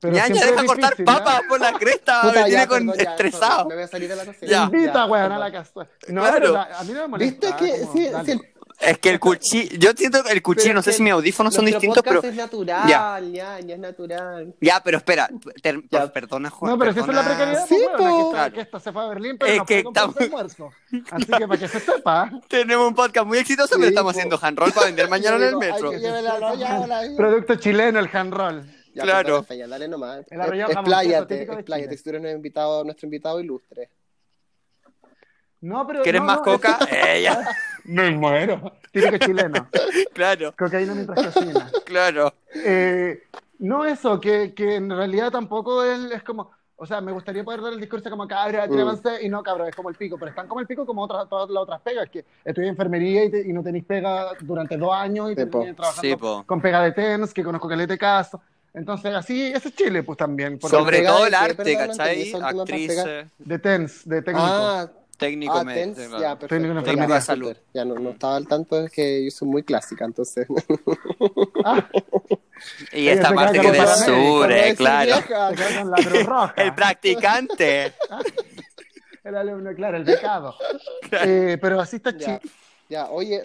pero Ñaña, siempre deja es cortar difícil, ¿ah? papas por la cresta. Puta, me ya, tiene perdón, con- ya, perdón, estresado. Me voy a salir de la cocina. Ya. Invita, Ya, weón, a perdón. la casa. No, Claro. pero la- a mí no me molesta. ¿Viste que como, sí, dale. sí, el- Es que el cuchillo. Yo siento que el cuchillo, Pero no sé que si mis audífonos son nuestro distintos, pero. podcast es natural, Ya. ya, ya, es natural. Ya, pero espera. ter- Ya. por- Perdona, Juan. No, pero si esa es la perdona. precariedad, Sí, pues, weona, que, po. esta, Claro. que esta se fue a Berlín, pero Es no que puede comprarse estamos- almuerzo. Así que para que se sepa. Tenemos un podcast muy exitoso, pero Sí, estamos po. haciendo hand roll para vender mañana en el Digo, ay, metro. que llévela, no, ya, hola, ya. Producto chileno, el hand roll. Ya, claro. perdón, Feña, dale nomás. El arrollado Es- jamón, queso Expláyate, típico de expláyate, Chile. si tú eres nuestro invitado, nuestro invitado ilustre. No, pero, ¿Quieres no, más no, coca? Eh, Ella. Me muero. Típico chileno. Claro, Cocaína mientras cocina. claro. Eh, no eso, que, que en realidad tampoco él es como, o sea, me gustaría poder dar el discurso como cabra, Mm. atrévanse, y no cabra, es como el pico, pero están como el pico como otras, todas las otras pegas, que estudié enfermería y, te- y no tenéis pega durante dos años y Sí, po. terminé trabajando Sí, po. con pega de TENS, que conozco caleta de caso, entonces así, ese es Chile pues también, porque Sobre pega todo de el qué, arte, perdón, ¿cachai? entendí, son temas para Actriz, pegar. eh, de TENS, de técnico. Ah, técnico, ah, me- tens, de- ya, perfecto. Técnico en ya, enfermería de súper. salud. Ya, no, no estaba al tanto, es que yo soy muy clásica, entonces. Ah, Y Ella esta se parte caga que con del paramédico, sur, Como eh, decir, claro. vieja, se quedan en la Cruz Roja. El practicante. El alumno, claro, el becado. Eh, pero así está Ya, Chile. ya, oye,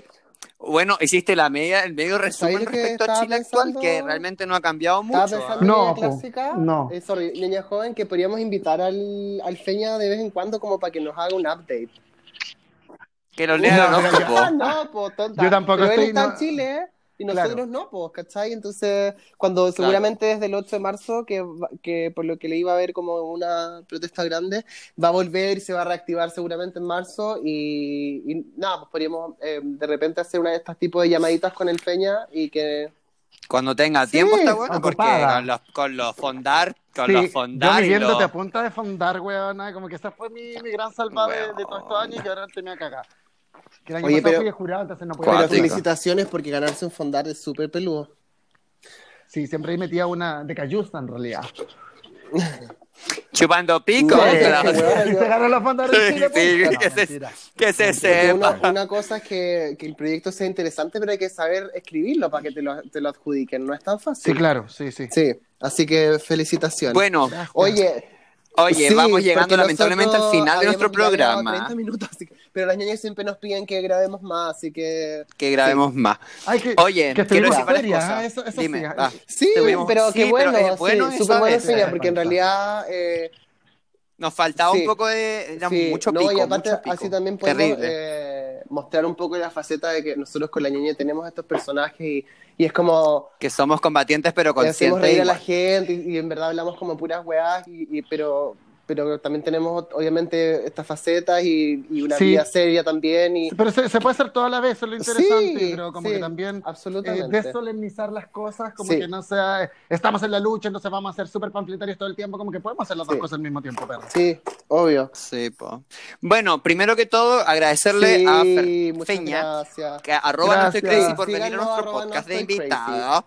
Bueno, hiciste la media, el medio resumen ¿Sabes lo Pues que respecto a estaba Chile actual, pensando? que realmente no ha cambiado Estaba mucho. pensando ¿eh? No, en la po, clásica, no. eh, sorry, niña joven, que podríamos invitar al, al Feña de vez en cuando como para que nos haga un update. Que lo lea el No, horóscopo. Ah, no, po, tonta. Yo tampoco Pero estoy, él está no. en Chile y nosotros Claro. no, po, ¿cachai? Entonces, cuando seguramente desde el 8 de marzo, que, va- que por lo que le iba a ver como una protesta grande, va a volver y se va a reactivar seguramente en marzo y, y nada, pues podríamos eh, de repente hacer una de estas tipos de llamaditas con el Feña y que... Cuando tenga Sí, tiempo está bueno, porque ocupada. con los, con los fondar, con Sí, los yo fondar y midiéndote los- a punta de fondar, weona, como que esa fue mi, mi gran salvada de- de, todos estos años y ahora te me cagar. Que el año Oye, pasado pero- fui de jurado, entonces no Pero podía. Cuático. felicitaciones porque ganarse un fondar es súper peludo. Sí, siempre ahí metía una de cayusta en realidad. chupando pico. No, que pero la- qué weón, y yo- se ganó la fonda de Sí, Chile. sí, puta, que no, se- mentira. que se Porque sepa. Una, una cosa es que, que el proyecto sea interesante, pero hay que saber escribirlo para que te lo, te lo adjudiquen. No es tan Sí, fácil. claro, sí, sí. Sí, así que felicitaciones. Bueno, Gracias. Oye, oye, sí, vamos llegando porque lamentablemente al nosotros final de nuestro habíamos ya llevado programa. 30 minutos, así que pero las ñoñas siempre nos piden que grabemos más, así que... que grabemos más. Ay, que, Oye, que quiero estuvimos decir varias serias, cosas. ¿eh? Eso- eso Dime, sí, va. Sí, Tuvimos- pero sí, qué pero bueno, es bueno sí, eso súper buena es. señal, porque en Falta. realidad... eh, Nos faltaba Sí. un poco de. Era Sí, mucho no, pico. y aparte mucho pico. así también podemos Terrible. eh, mostrar un poco la faceta de que nosotros con la ñoña tenemos estos personajes y, y es como Que somos combatientes, pero que hacemos conscientes. reír a la igual. gente y, y en verdad hablamos como puras weas, y, y- pero, pero también tenemos obviamente estas facetas y, y una Sí. vida seria también y Pero se, se puede hacer todo a la vez, eso es lo interesante, Sí, pero como sí. que también eh, absolutamente. desolemnizar las cosas, como Sí. que no sea, eh, estamos en la lucha, entonces vamos a ser súper panfletarios todo el tiempo, como que podemos hacer las dos Sí. cosas al mismo tiempo, perro. Sí, obvio. Sí, po. Bueno, primero que todo, agradecerle Sí, a Fer- muchas Feña, gracias. que arroba no estoy Gracias. crazy por venir a Síganos, nuestro arroba no podcast de estoy crazy. Ah, invitado.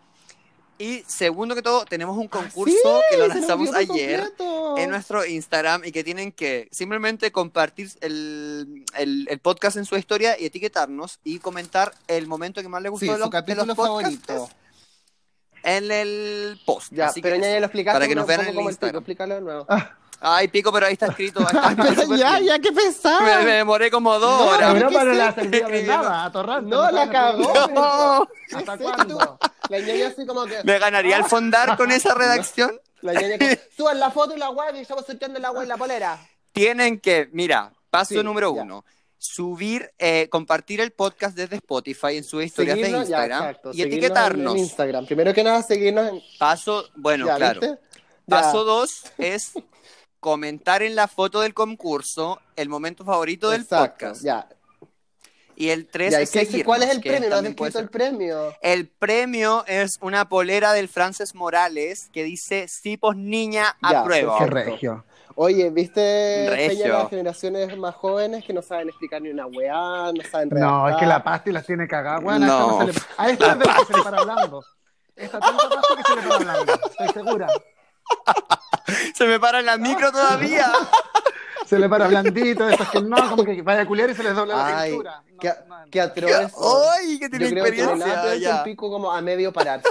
Y segundo que todo, tenemos un concurso Sí, que lo se nos lanzamos olvidó por ayer. completo. en nuestro Instagram y que tienen que simplemente compartir el, el- el podcast en su historia y etiquetarnos y comentar el momento que más les gustó Sí, de los, su capítulo de los podcasts favorito. en el post. Ya, Así que pero eso. ya, ya lo explicaste para que un nos vean en poco el como pico, Instagram. explícalo de nuevo. Ay, pico, pero ahí está escrito. ahí está escrito súper bien. Pues, qué Me, me pesado. demoré como dos No, horas. pero- Europa ¿qué no es la esto? servía de nada, atorrante. No, la saben cagó. hacer nada. No. ¿Hasta ¿Qué es cuándo? La ñoña así como que. Me ganaría el fondar con esa redacción. La ñoña como, Suban la foto y la guay, que estamos sorteando la guay y la polera. Tienen que, mira, paso Sí, número ya. uno. Subir, eh, compartir el podcast desde Spotify en sus historias de Seguirnos, ya, Instagram exacto, y seguirnos etiquetarnos. En, en Instagram. Primero que nada, seguirnos en. Paso, bueno, ya, claro. ¿viste? Ya. Paso dos es comentar en la foto del concurso el momento favorito del Exacto, podcast. Ya. Y el tres Ya, ¿y es qué- seguirnos, ¿Cuál es el que premio? No has también puede descrito el ser. premio. El premio es una polera del Frances Morales que dice Cipos Niña Ya, aprueba. Qué perfecto. regio. Oye, ¿viste Regio. Peña, las generaciones más jóvenes que no saben explicar ni una weá, no saben redactar? No, es que la pasti las tiene cagadas, weón. No. No. le... A esta es de la que se le para hablando. Esta tanta pasta que se le para hablando, estoy segura. Se me para la micro todavía. Se le para blandito, estas que no, como que vaya a culiar y se les dobla la Ay, cintura. No, qué, no, no. qué atroz. ¡Ay, que tiene Yo creo que nada experiencia! te hace ya. un pico como a medio pararse.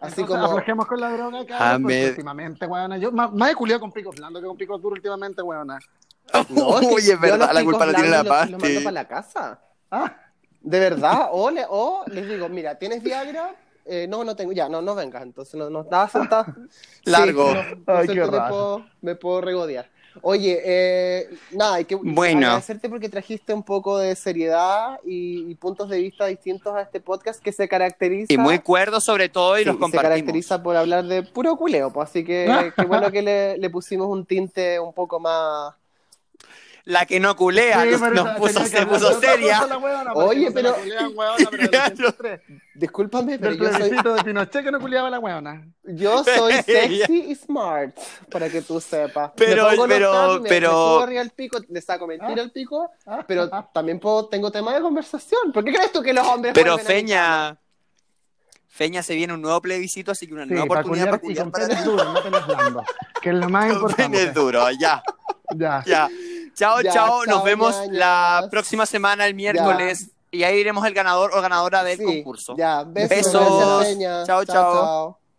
Así Entonces, como. aflojemos con la droga, cabrón, porque Amén. últimamente, weona. Yo más, más he culiado con picos blandos que con picos duros últimamente, weona. No, es que Uy, yo es verdad, los la culpa la picos tiene la blandos los- pasta. Los mando para la casa. Ah, De verdad. O, le- o les digo, mira, ¿tienes Viagra? Eh, no, no tengo. Ya, no, no vengas. Entonces no, no estaba sentada. Largo. Ay, qué me, raro. puedo, me puedo regodear. Oye, eh, nada, hay que Bueno. agradecerte porque trajiste un poco de seriedad y, y puntos de vista distintos a este podcast que se caracteriza Y muy cuerdo sobre todo y Sí, los se compartimos. caracteriza por hablar de puro culeo, pues, así que qué bueno que le, le pusimos un tinte un poco más. La que no culea sí, Ah, nos- pero nos esa- puso- tenía que se puso hablar de otra seria. cosa la weona, porque Oye, no se pero- la culean, weona, pero de Claro. 83, Discúlpame, pero Del yo soy, plebiscito de Pinochet que no culiaba la weona. yo soy sexy y smart, para que tú sepas. Me Pero- pongo pero- nostálgica, me- pero- me subo arriba al pico, le saco mentira al pico, Ah, pero también puedo, tengo tema de conversación. ¿Por qué crees tú que los hombres Pero vuelven a mi Feña, Feña se viene un nuevo plebiscito, así que una Sí, nueva para oportunidad culiar para y culiar con para penes duros, no penes blandos. Que es lo más Con penes importante. duro, ya, Ya. ya. Chao, Ya, chao, chao, nos vemos ñañas. la próxima semana, el miércoles, y ahí diremos el ganador o ganadora del Sí, concurso. Ya, besos. Besos. gracias, Peña. Chao, chao. chao.